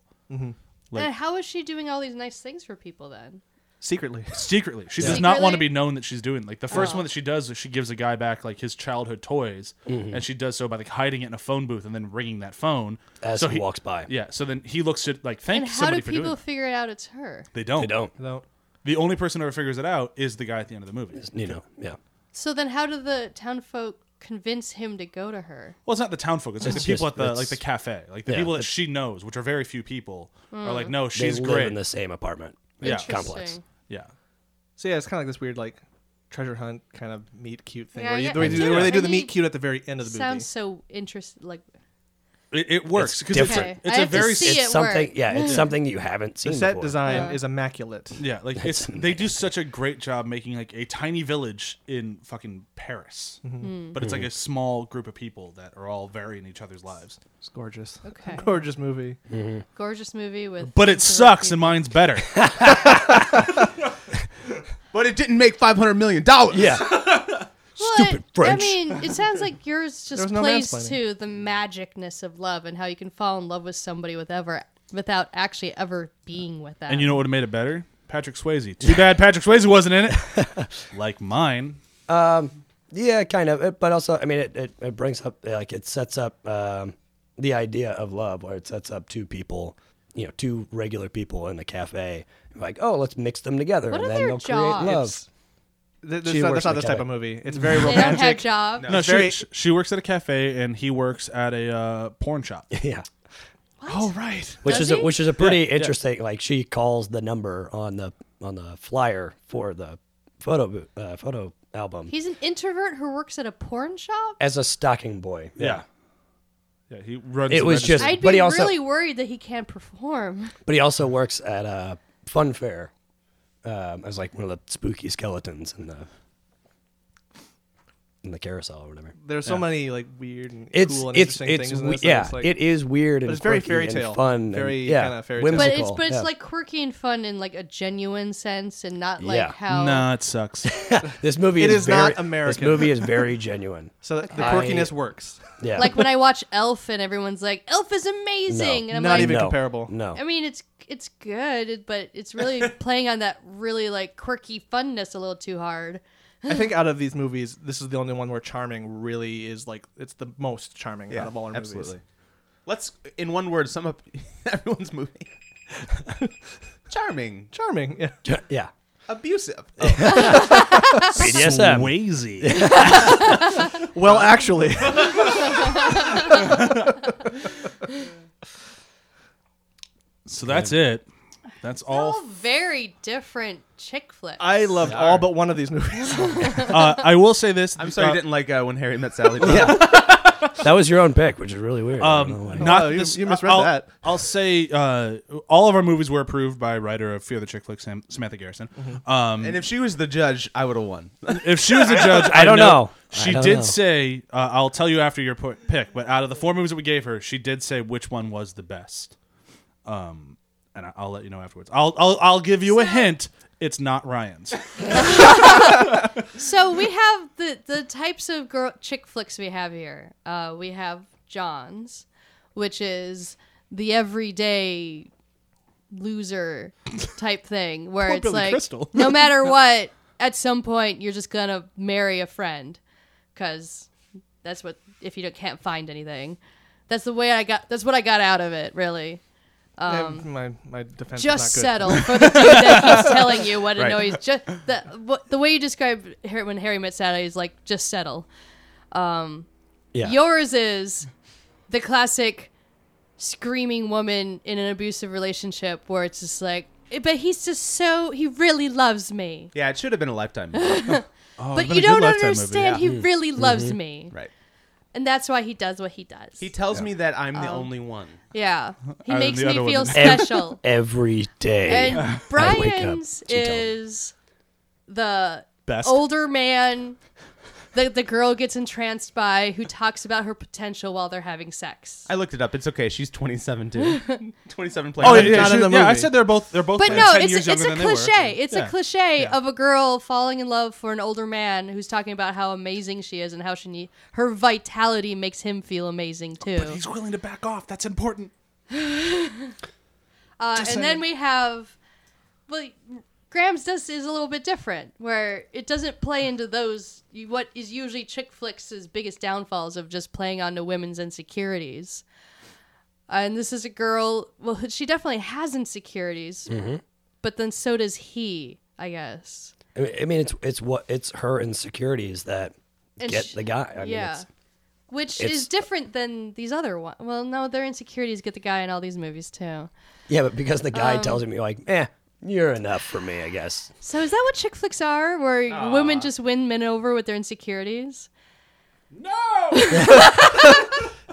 Speaker 2: like-
Speaker 4: and how is she doing all these nice things for people then?
Speaker 3: Secretly.
Speaker 2: secretly she does not want to
Speaker 4: Secretly?
Speaker 2: be known that she's doing like the first
Speaker 5: Oh.
Speaker 2: one that she does is she gives a guy back like his childhood toys
Speaker 5: Mm-hmm.
Speaker 2: and she does so by like hiding it in a phone booth and then ringing that phone
Speaker 5: As
Speaker 2: so
Speaker 5: he walks by.
Speaker 2: yeah so then he looks at like thank
Speaker 4: and how
Speaker 2: somebody
Speaker 4: do
Speaker 2: for doing
Speaker 4: people
Speaker 2: that.
Speaker 4: figure it out it's her?
Speaker 2: they don't
Speaker 5: They don't,
Speaker 3: No.
Speaker 2: the only person who ever figures it out is the guy at the end of the movie
Speaker 5: you know, yeah.
Speaker 4: So then, how do the town folk convince him to go to her?
Speaker 2: Well, it's not the town folk. It's, like the
Speaker 5: It's
Speaker 2: people
Speaker 5: just-
Speaker 2: at the
Speaker 5: it's-
Speaker 2: like the cafe, like the
Speaker 5: Yeah,
Speaker 2: people that
Speaker 5: it's- Mm.
Speaker 2: she knows, which are very few people, are like, no,
Speaker 5: They
Speaker 2: she's
Speaker 5: live
Speaker 2: great.
Speaker 5: in the same apartment.
Speaker 2: Yeah.
Speaker 5: complex.
Speaker 4: Interesting.
Speaker 2: yeah,
Speaker 3: So yeah, it's kind of like this weird like treasure hunt kind of meet cute thing
Speaker 4: Yeah,
Speaker 3: where,
Speaker 4: I
Speaker 3: you,
Speaker 4: get-
Speaker 3: where,
Speaker 4: I
Speaker 3: they-
Speaker 4: get it.
Speaker 3: where they do
Speaker 4: I
Speaker 3: the
Speaker 4: mean,
Speaker 3: meet cute at the very end of the movie.
Speaker 4: Sounds so interesting. Like
Speaker 2: it, it works
Speaker 5: It's
Speaker 2: because it's,
Speaker 5: different.
Speaker 2: it's,
Speaker 4: Okay, I
Speaker 2: a
Speaker 4: have to
Speaker 2: very
Speaker 4: see
Speaker 5: it's
Speaker 4: it Hmm.
Speaker 5: something.
Speaker 4: work.
Speaker 5: Yeah, it's something that you haven't seen.
Speaker 3: the set
Speaker 5: before.
Speaker 3: design
Speaker 4: Yeah.
Speaker 3: is immaculate.
Speaker 2: Yeah, like it's they do such a great job making like a tiny village in fucking Paris,
Speaker 3: Mm-hmm.
Speaker 2: but it's like a small group of people that are all varying each other's lives.
Speaker 3: It's gorgeous.
Speaker 4: Okay.
Speaker 3: Gorgeous movie.
Speaker 4: gorgeous movie with.
Speaker 2: But it
Speaker 4: introvert
Speaker 2: sucks, and
Speaker 4: people.
Speaker 2: mine's better.
Speaker 6: But it didn't make five hundred million dollars.
Speaker 5: Yeah,
Speaker 4: Well,
Speaker 5: Stupid
Speaker 4: I-
Speaker 5: French.
Speaker 4: I mean, it sounds like yours just
Speaker 3: was no
Speaker 4: plays
Speaker 3: mansplaining.
Speaker 4: to the magicness of love and how you can fall in love with somebody with ever, without actually ever being with them.
Speaker 2: and you know what would have made it better? Patrick Swayze. Too bad Patrick Swayze wasn't in it. like mine.
Speaker 5: yeah, kind of. It- But also, I mean, it, it, it brings up like it sets up um, the idea of love, where it sets up two people, you know, two regular people in a cafe. Like, oh, let's mix them together,
Speaker 4: What
Speaker 5: and
Speaker 4: are
Speaker 5: then
Speaker 4: their
Speaker 5: they'll
Speaker 4: jobs?
Speaker 5: create love.
Speaker 3: It's, th-
Speaker 5: She
Speaker 3: that's not,
Speaker 5: works
Speaker 3: that's not
Speaker 5: in a
Speaker 3: this type
Speaker 5: cafe.
Speaker 3: of movie. It's very
Speaker 4: they don't have
Speaker 3: romantic.
Speaker 4: job.
Speaker 2: No,
Speaker 3: It's
Speaker 2: she,
Speaker 3: very-
Speaker 2: sh- she works at a cafe, and he works at a uh, porn shop.
Speaker 5: yeah.
Speaker 3: oh right.
Speaker 5: Which
Speaker 4: Does
Speaker 5: is
Speaker 4: he?
Speaker 5: a, which is a pretty
Speaker 2: Yeah, yeah.
Speaker 5: interesting. Like she calls the number on the on the flyer for the photo bo- uh, photo album
Speaker 4: He's an introvert who works at a porn shop.
Speaker 5: as a stocking boy.
Speaker 2: Yeah, yeah. He runs.
Speaker 5: It
Speaker 2: the
Speaker 5: was
Speaker 2: register.
Speaker 5: just-
Speaker 4: I'd
Speaker 5: But
Speaker 4: be
Speaker 5: he also-
Speaker 4: really worried that he can't perform.
Speaker 5: But he also works at a fun fair um, as like one of the spooky skeletons in the in the carousel or whatever.
Speaker 3: There's so many like weird and
Speaker 5: It's
Speaker 3: cool and
Speaker 5: it's
Speaker 3: interesting
Speaker 5: it's
Speaker 3: things. in
Speaker 5: we-
Speaker 3: this that
Speaker 5: yeah,
Speaker 3: it's like,
Speaker 5: it is weird and
Speaker 3: it's very
Speaker 5: quirky
Speaker 3: fairy
Speaker 5: and
Speaker 3: tale.
Speaker 5: fun, and-
Speaker 3: Very
Speaker 5: yeah,
Speaker 3: kinda fairy tale.
Speaker 5: whimsical.
Speaker 4: But it's but it's
Speaker 5: yeah.
Speaker 4: like quirky and fun in like a genuine sense, and not like
Speaker 5: Yeah.
Speaker 4: how.
Speaker 2: Nah, it sucks.
Speaker 5: this movie.
Speaker 3: It
Speaker 5: is
Speaker 3: is not
Speaker 5: very-
Speaker 3: American.
Speaker 5: This movie is very genuine.
Speaker 3: so that the
Speaker 5: I-
Speaker 3: quirkiness works.
Speaker 5: Yeah,
Speaker 4: Like when I watch Elf, and everyone's like, "Elf is
Speaker 5: No.
Speaker 4: amazing," and I'm
Speaker 3: Not
Speaker 4: like,
Speaker 3: even
Speaker 5: No.
Speaker 3: comparable.
Speaker 5: No,
Speaker 4: I mean, it's it's good, but it's really playing on that really like quirky funness a little too hard.
Speaker 3: I think out of these movies, this is the only one where charming really is like it's the most charming out of all our
Speaker 6: absolutely.
Speaker 3: movies.
Speaker 6: Let's, in one word, sum up everyone's movie. Charming,
Speaker 3: Charming. Yeah.
Speaker 5: yeah.
Speaker 6: abusive.
Speaker 3: Oh,
Speaker 5: BDSM.
Speaker 2: Swayze.
Speaker 3: Well,
Speaker 5: Um,
Speaker 3: actually,
Speaker 2: so that's it. That's
Speaker 4: all
Speaker 2: all.
Speaker 4: very different chick flicks.
Speaker 3: I loved all but one of these movies.
Speaker 2: Uh, I will say this.
Speaker 6: I'm sorry
Speaker 2: uh,
Speaker 6: you didn't like uh, when Harry met Sally. But
Speaker 5: That was your own pick, which is really weird. I don't know why.
Speaker 2: Um, not
Speaker 3: Wow, you-
Speaker 2: this,
Speaker 3: you misread
Speaker 2: I'll,
Speaker 3: that.
Speaker 2: I'll say uh, all of our movies were approved by writer of Fear the Chick Flick, Sam, Samantha Garrison.
Speaker 5: Mm-hmm.
Speaker 2: Um,
Speaker 6: And if she was the judge, I would have won.
Speaker 2: if she was a judge,
Speaker 5: I don't know.
Speaker 2: She
Speaker 5: I don't
Speaker 2: did
Speaker 5: know.
Speaker 2: say, uh, "I'll tell you after your po- pick." But out of the four movies that we gave her, she did say which one was the best. Um, and I, I'll let you know afterwards. I'll I'll, I'll give you a hint. It's not Ryan's.
Speaker 4: so we have the the types of girl chick flicks we have here. Uh, we have John's, which is the everyday loser type thing, where
Speaker 2: Poor
Speaker 4: it's
Speaker 2: Billy
Speaker 4: like
Speaker 2: Crystal.
Speaker 4: no matter what, at some point you're just gonna marry a friend, because that's what if you don't, can't find anything. That's the way I got. That's what I got out of it, really.
Speaker 3: my my defense
Speaker 4: Um, just
Speaker 3: is not good.
Speaker 4: settle for the dude that keeps telling you what
Speaker 6: Right.
Speaker 4: annoys. Just the what, the way you described Harry, when Harry met Sally is like just settle. Um,
Speaker 5: yeah.
Speaker 4: Yours is the classic screaming woman in an abusive relationship where it's just like, eh, but he's just so he really loves me,
Speaker 6: Yeah, it should have been a lifetime. movie.
Speaker 2: been
Speaker 4: but you
Speaker 2: a good
Speaker 4: don't
Speaker 2: Lifetime movie,
Speaker 4: understand.
Speaker 6: yeah.
Speaker 4: He really loves me,
Speaker 6: right.
Speaker 4: and that's why he does what he does.
Speaker 6: He tells me that I'm the only one.
Speaker 4: yeah, he
Speaker 2: Other than
Speaker 4: makes
Speaker 2: the
Speaker 4: me
Speaker 2: other
Speaker 4: feel
Speaker 2: women.
Speaker 4: special.
Speaker 5: Every day.
Speaker 4: And
Speaker 5: I wake up
Speaker 4: Brian's
Speaker 5: to tell him.
Speaker 4: is the
Speaker 2: Best.
Speaker 4: older man that the girl gets entranced by who talks about her potential while they're having sex.
Speaker 6: I looked it up. It's okay. She's 27 too. 27 playing.
Speaker 2: Oh yeah,
Speaker 6: Right.
Speaker 2: yeah,
Speaker 3: Not in
Speaker 2: she-
Speaker 3: the
Speaker 2: yeah, I
Speaker 3: movie.
Speaker 2: said they're both they're both.
Speaker 4: But
Speaker 2: like
Speaker 4: no,
Speaker 2: 10
Speaker 4: it's
Speaker 2: years
Speaker 4: a, it's
Speaker 2: younger
Speaker 4: a
Speaker 2: than they were.
Speaker 4: cliche. It's
Speaker 2: Yeah.
Speaker 4: a cliche
Speaker 2: Yeah.
Speaker 4: of a girl falling in love for an older man who's talking about how amazing she is and how she need her vitality makes him feel amazing too.
Speaker 2: But he's willing to back off. That's important.
Speaker 4: Uh, and then we have, well, Graham's does is a little bit different, where it doesn't play into those you- what is usually chick flicks' biggest downfalls of just playing onto women's insecurities. and this is a girl. Well, she definitely has insecurities,
Speaker 5: Mm-hmm.
Speaker 4: but then so does he, I guess.
Speaker 5: I mean- I mean, it's it's what it's her insecurities that
Speaker 4: And
Speaker 5: get
Speaker 4: sh-
Speaker 5: the guy. I mean,
Speaker 4: yeah.
Speaker 5: it's,
Speaker 4: Which
Speaker 5: it's-
Speaker 4: is different than these other ones. Well, no, their insecurities get the guy in all these movies too.
Speaker 5: yeah, but because
Speaker 4: Um,
Speaker 5: the guy tells him, you're like, eh, you're enough for me, I guess.
Speaker 4: So is that what chick flicks are, where
Speaker 6: Ah.
Speaker 4: women just win men over with their insecurities?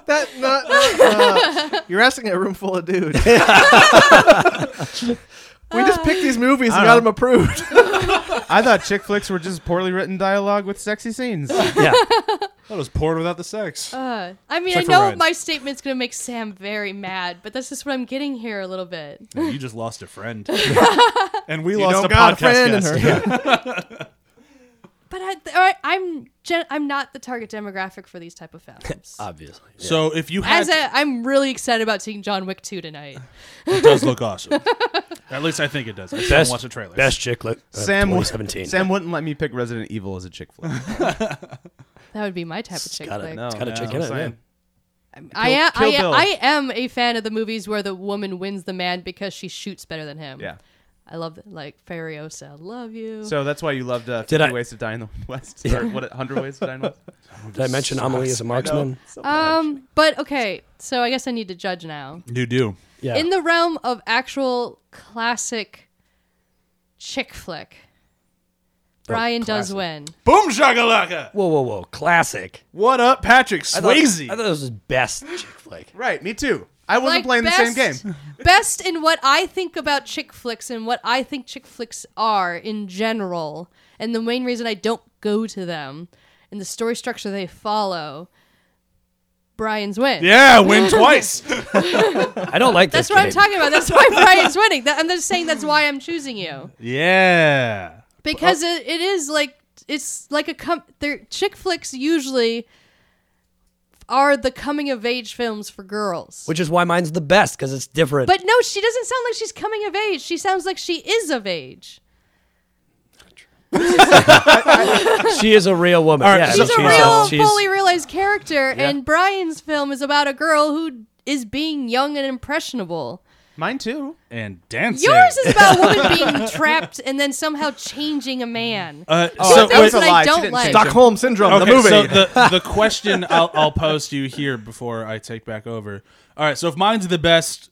Speaker 3: That not, not- uh, you're asking a room full of dudes. we just picked these movies and got them approved.
Speaker 6: I thought chick flicks were just poorly written dialogue with sexy scenes.
Speaker 5: Yeah.
Speaker 2: That was porn without the sex.
Speaker 4: Uh, I mean,
Speaker 2: Check for
Speaker 4: I know
Speaker 2: Ryan.
Speaker 4: my statement's going to make Sam very mad, but that's just what I'm getting here a little bit.
Speaker 2: you just lost a friend, and we
Speaker 3: don't
Speaker 2: lost a
Speaker 3: got a
Speaker 2: podcast
Speaker 3: friend in
Speaker 2: guest.
Speaker 3: her.
Speaker 4: But I, I, I'm gen- I'm not the target demographic for these type of films.
Speaker 6: Uh,
Speaker 5: Obviously. Yeah.
Speaker 2: So if you had
Speaker 4: As a, I'm really excited about seeing John Wick 2 tonight.
Speaker 2: It does look awesome. At least I think it does. I still
Speaker 5: best
Speaker 2: watch the trailers.
Speaker 5: Best chick uh, flick. of
Speaker 6: Uh, Sam, would-
Speaker 5: 2017.
Speaker 6: Sam wouldn't let me pick Resident Evil as a chick flick.
Speaker 4: That would be my type of
Speaker 5: It's
Speaker 4: chick
Speaker 5: gotta-
Speaker 4: flick.
Speaker 5: no. It's got a
Speaker 6: Yeah,
Speaker 5: chick
Speaker 6: I'm
Speaker 5: in it,
Speaker 6: saying.
Speaker 4: I am
Speaker 6: Kill
Speaker 4: I, am-
Speaker 6: Bill.
Speaker 4: I am a fan of the movies where the woman wins the man because she shoots better than him.
Speaker 6: Yeah.
Speaker 4: I love that, like Furiosa, love you.
Speaker 6: So that's why you loved uh,
Speaker 5: Did
Speaker 6: 50
Speaker 5: I-
Speaker 6: Ways to Die in the West. Or what, 100 Ways to Die in the West?
Speaker 5: Did I mention Amelie as a marksman?
Speaker 4: um, but okay, so I guess I need to judge now.
Speaker 2: You do.
Speaker 5: Yeah.
Speaker 4: In the realm of actual classic chick flick, Brian does
Speaker 5: Oh, classic.
Speaker 4: win.
Speaker 2: Boom shakalaka.
Speaker 5: whoa, whoa, whoa. Classic.
Speaker 2: What up, Patrick
Speaker 5: I thought,
Speaker 2: Swayze?
Speaker 5: I thought it was his best chick flick.
Speaker 6: Right, me too. I wasn't playing the same game.
Speaker 4: best in what I think about chick flicks and what I think chick flicks are in general, and the main reason I don't go to them and the story structure they follow. Brian's win.
Speaker 2: yeah, win twice.
Speaker 5: I don't like
Speaker 4: That's
Speaker 5: this
Speaker 4: what I'm
Speaker 5: game.
Speaker 4: talking about. That's why Brian's winning. That, I'm just saying that's why I'm choosing you.
Speaker 2: yeah.
Speaker 4: because it, it is like it's like a com- they're chick flicks usually are the coming of age films for girls.
Speaker 5: Which is why mine's the best because it's different.
Speaker 4: but no, she doesn't sound like she's coming of age. She sounds like she is of age.
Speaker 5: she is a real woman.
Speaker 2: All right,
Speaker 5: yeah,
Speaker 2: so-
Speaker 4: She's a
Speaker 2: she's-
Speaker 4: real,
Speaker 5: she's-
Speaker 4: fully realized character, and Brian's film is about a girl who is being young and impressionable.
Speaker 6: Mine too.
Speaker 2: And dancing.
Speaker 4: Yours is about a woman being trapped and then somehow changing a man.
Speaker 2: Uh,
Speaker 4: So
Speaker 2: so
Speaker 4: that
Speaker 2: wait,
Speaker 4: was what
Speaker 6: a lie.
Speaker 4: I
Speaker 6: She
Speaker 4: don't
Speaker 6: didn't
Speaker 4: like.
Speaker 6: change it.
Speaker 3: Stockholm syndrome,
Speaker 2: okay,
Speaker 3: Oh, the movie.
Speaker 2: so the, the question I'll, I'll pose to you here before I take back over. All right, so if mine's the best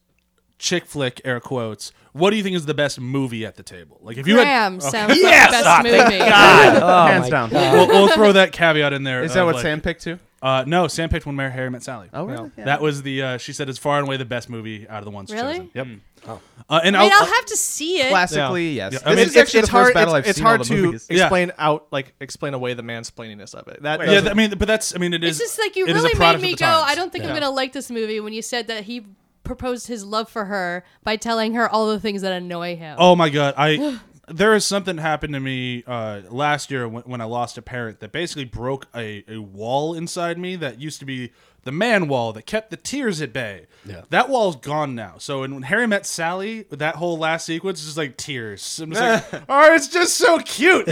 Speaker 2: chick flick air quotes. What do you think is the best movie at the table? Like if you
Speaker 4: Graham
Speaker 2: had,
Speaker 4: sounds
Speaker 5: Yes! Ah,
Speaker 4: like the best movie.
Speaker 6: hands down.
Speaker 2: we'll, we'll throw that caveat in there.
Speaker 6: Is that
Speaker 2: of,
Speaker 6: what
Speaker 2: like-
Speaker 6: Sam picked too?
Speaker 2: Uh, no, Sam picked when Mary Harry met Sally.
Speaker 6: Oh, really? Yeah.
Speaker 2: That was the uh, she said is far and away the best movie out of the ones.
Speaker 4: Really?
Speaker 2: Chosen. Yep. Uh, and
Speaker 4: I mean,
Speaker 2: I'll-
Speaker 4: I'll have to see it.
Speaker 6: Classically, yes.
Speaker 2: Yeah, I
Speaker 6: This
Speaker 2: mean,
Speaker 6: is
Speaker 3: it's,
Speaker 6: actually
Speaker 3: it's
Speaker 6: the
Speaker 3: hard,
Speaker 6: first battle
Speaker 3: it's,
Speaker 6: I've
Speaker 3: it's
Speaker 6: seen
Speaker 3: hard
Speaker 6: all the
Speaker 3: to
Speaker 6: movies.
Speaker 2: Yeah.
Speaker 3: explain out like explain away the mansplaininess of it. That
Speaker 2: yeah,
Speaker 3: doesn't-
Speaker 2: I mean, but that's I mean, it
Speaker 4: It's
Speaker 2: is.
Speaker 4: just like you
Speaker 2: it is a
Speaker 4: really made
Speaker 2: product of
Speaker 4: me
Speaker 2: the
Speaker 4: go.
Speaker 2: times.
Speaker 4: I don't think I'm gonna like this movie when you said that he proposed his love for her by telling her all the things that annoy him.
Speaker 2: Oh my god, I there is something happened to me uh, last year when, when I lost a parent that basically broke a, a wall inside me that used to be the man wall that kept the tears at bay. Yeah. That wall's gone now. So and when Harry met Sally, that whole last sequence is just like tears. I'm just like, oh, it's just so cute.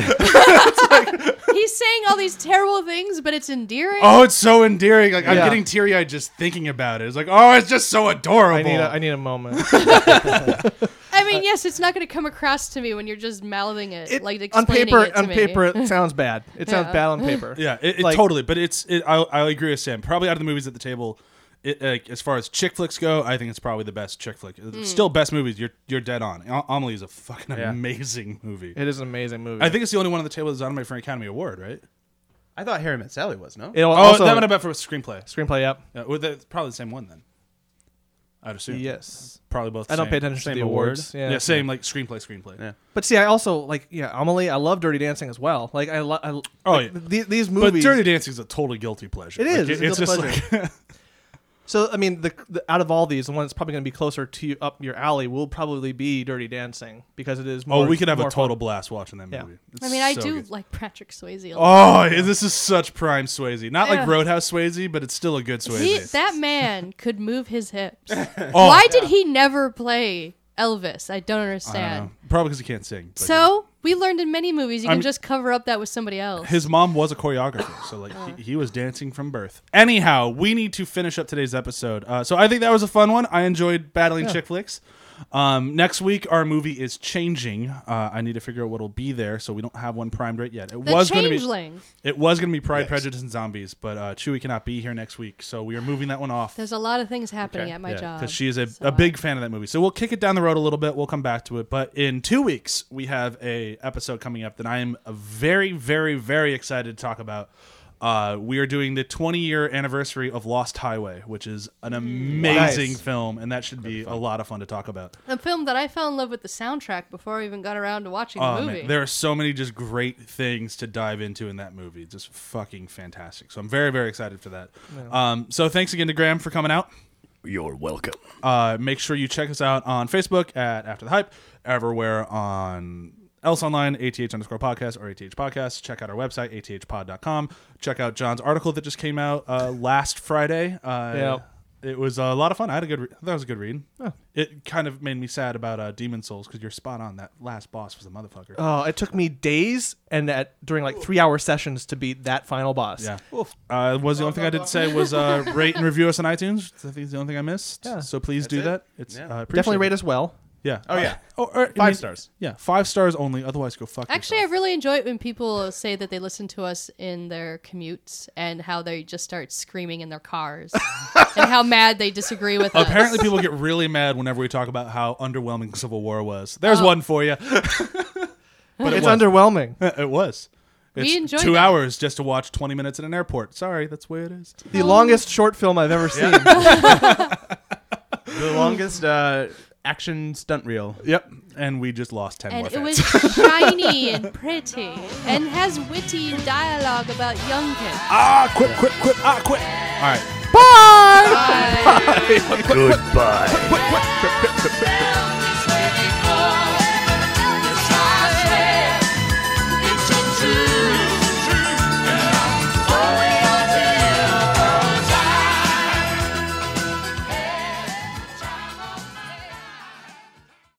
Speaker 4: He's saying all these terrible things, but it's endearing.
Speaker 2: oh, it's so endearing. Like I'm
Speaker 3: Yeah.
Speaker 2: getting teary eyed just thinking about it. It's like, oh, it's just so adorable.
Speaker 3: I need a, I need a moment.
Speaker 4: I
Speaker 2: Uh,
Speaker 4: mean, yes, it's not going to come across to me when you're just mouthing it,
Speaker 3: It-
Speaker 4: like
Speaker 3: on
Speaker 4: explaining
Speaker 3: paper,
Speaker 4: it to
Speaker 3: on
Speaker 4: me.
Speaker 3: paper, it sounds bad. It sounds
Speaker 4: Yeah.
Speaker 3: bad on paper.
Speaker 2: Yeah, it, it
Speaker 3: Like-
Speaker 2: totally. But it's it, I I agree with Sam. Probably out of the movies at the table, it, like, as far as chick flicks go, I think it's probably the best chick flick. It's Still best movies. You're you're dead on. Am- Amelie is a fucking amazing movie.
Speaker 3: It is an amazing movie.
Speaker 2: I think it's the only one on the table that's nominated for an Academy Award, right?
Speaker 6: I thought Harry Met Sally was no.
Speaker 3: it'll
Speaker 2: Oh,
Speaker 3: also
Speaker 2: that would have been for a screenplay.
Speaker 3: screenplay. Yep.
Speaker 2: Uh, well, that's probably the same one then. I'd assume.
Speaker 3: Yes.
Speaker 2: probably both.
Speaker 3: I don't
Speaker 2: same-
Speaker 3: pay attention to
Speaker 2: same
Speaker 3: the
Speaker 2: award.
Speaker 3: awards. Yeah.
Speaker 2: yeah, same like screenplay, screenplay.
Speaker 6: Yeah.
Speaker 3: But see, I also like yeah, Amelie. I love Dirty Dancing as well. Like I, lo- I oh
Speaker 2: yeah.
Speaker 3: these
Speaker 2: But
Speaker 3: movies.
Speaker 2: Dirty Dancing is a totally guilty pleasure.
Speaker 3: It
Speaker 2: Like,
Speaker 3: is. It's a
Speaker 2: it's
Speaker 3: guilty
Speaker 2: just like
Speaker 3: so I mean, the, the out of all these, the one that's probably going to be closer to you, up your alley will probably be Dirty Dancing because it is. More,
Speaker 2: oh, we could have
Speaker 3: more
Speaker 2: a
Speaker 3: fun.
Speaker 2: total blast watching that
Speaker 3: Yeah.
Speaker 2: movie.
Speaker 4: I mean, I
Speaker 2: It's so
Speaker 4: do
Speaker 2: good.
Speaker 4: like Patrick Swayze a lot.
Speaker 2: Oh, this is such prime Swayze. Not like
Speaker 4: Yeah.
Speaker 2: Roadhouse Swayze, but it's still a good Swayze.
Speaker 4: He, that man could move his hips.
Speaker 2: Oh,
Speaker 4: Why did he never play Elvis?
Speaker 2: I
Speaker 4: I don't
Speaker 2: don't
Speaker 4: understand.
Speaker 2: know. Probably because he can't sing. but, you know.
Speaker 4: So we learned in many movies you
Speaker 2: I'm-
Speaker 4: can just cover up that with somebody else.
Speaker 2: his mom was a choreographer, so like he, he was dancing from birth. Anyhow, we need to finish up today's episode. Uh, so I think that was a fun one. I enjoyed battling chick flicks. Um, next week our movie is changing. Uh, I need to figure out what'll be there, so we don't have one primed right yet. It
Speaker 4: the
Speaker 2: was going to be
Speaker 4: Changeling.
Speaker 2: it was going to be Pride, Prejudice, and Zombies, but uh, Chewie cannot be here next week, so we are moving that one off.
Speaker 4: There's a lot of things happening at my job.
Speaker 2: Because she is a,
Speaker 4: so
Speaker 2: a
Speaker 4: I-
Speaker 2: big fan of that movie. So we'll kick it down the road a little bit. We'll come back to it. But in two weeks, we have a episode coming up that I am very, very, very excited to talk about. Uh, we are doing the 20 year anniversary of Lost Highway, which is
Speaker 4: Mm.
Speaker 2: an amazing
Speaker 3: Nice.
Speaker 2: film, and that should be a lot of fun to talk about.
Speaker 4: A film that I fell in love with the soundtrack before I even got around to watching the
Speaker 2: Oh, man.
Speaker 4: movie.
Speaker 2: There are so many just great things to dive into in that movie. Just fucking fantastic. So I'm very, very excited for that. Um, so thanks again to Graham for coming out.
Speaker 5: You're welcome.
Speaker 2: Uh, make sure you check us out on Facebook at After the Hype, everywhere on else online, ATH underscore podcast or ATH podcast. Check out our website, athpod.com. Check out John's article that just came out uh, last Friday. Uh,
Speaker 3: Yep.
Speaker 2: It was a lot of fun. I had a good. Re- that was a good read. It kind of made me sad about uh, Demon Souls because you're spot on. That last boss was a motherfucker.
Speaker 3: Oh, it took me days and at, during like three hour sessions to beat that final boss.
Speaker 2: Yeah. Uh, was the only thing I did say was uh, rate and review us on iTunes. I think it's the only thing I missed.
Speaker 3: Yeah.
Speaker 2: So please do
Speaker 6: it.
Speaker 2: that. It's
Speaker 6: Yeah.
Speaker 2: uh, appreciated.
Speaker 3: Definitely rate us well.
Speaker 2: Yeah.
Speaker 6: Oh, yeah.
Speaker 2: Oh, or,
Speaker 6: Five stars.
Speaker 2: Yeah, five stars only. Otherwise, go fuck.
Speaker 4: Actually, I
Speaker 2: yourself.
Speaker 4: really enjoy it when people say that they listen to us in their commutes and how they just start screaming in their cars and how mad they disagree with us.
Speaker 2: apparently people get really mad whenever we talk about how underwhelming Civil War was. There's
Speaker 4: Oh.
Speaker 2: one for you.
Speaker 3: But it's underwhelming.
Speaker 2: it was. It's
Speaker 4: We enjoyed
Speaker 2: two
Speaker 4: that.
Speaker 2: hours just to watch 20 minutes at an airport. Sorry, that's the way it is.
Speaker 3: the longest short film I've ever seen.
Speaker 6: the longest uh, action stunt reel.
Speaker 2: Yep. And we just lost 10 more
Speaker 4: and it
Speaker 2: fans.
Speaker 4: was shiny and pretty and has witty dialogue about young kids.
Speaker 2: ah, quit, quit, quit, ah, quit. All right.
Speaker 4: Bye.
Speaker 5: Goodbye.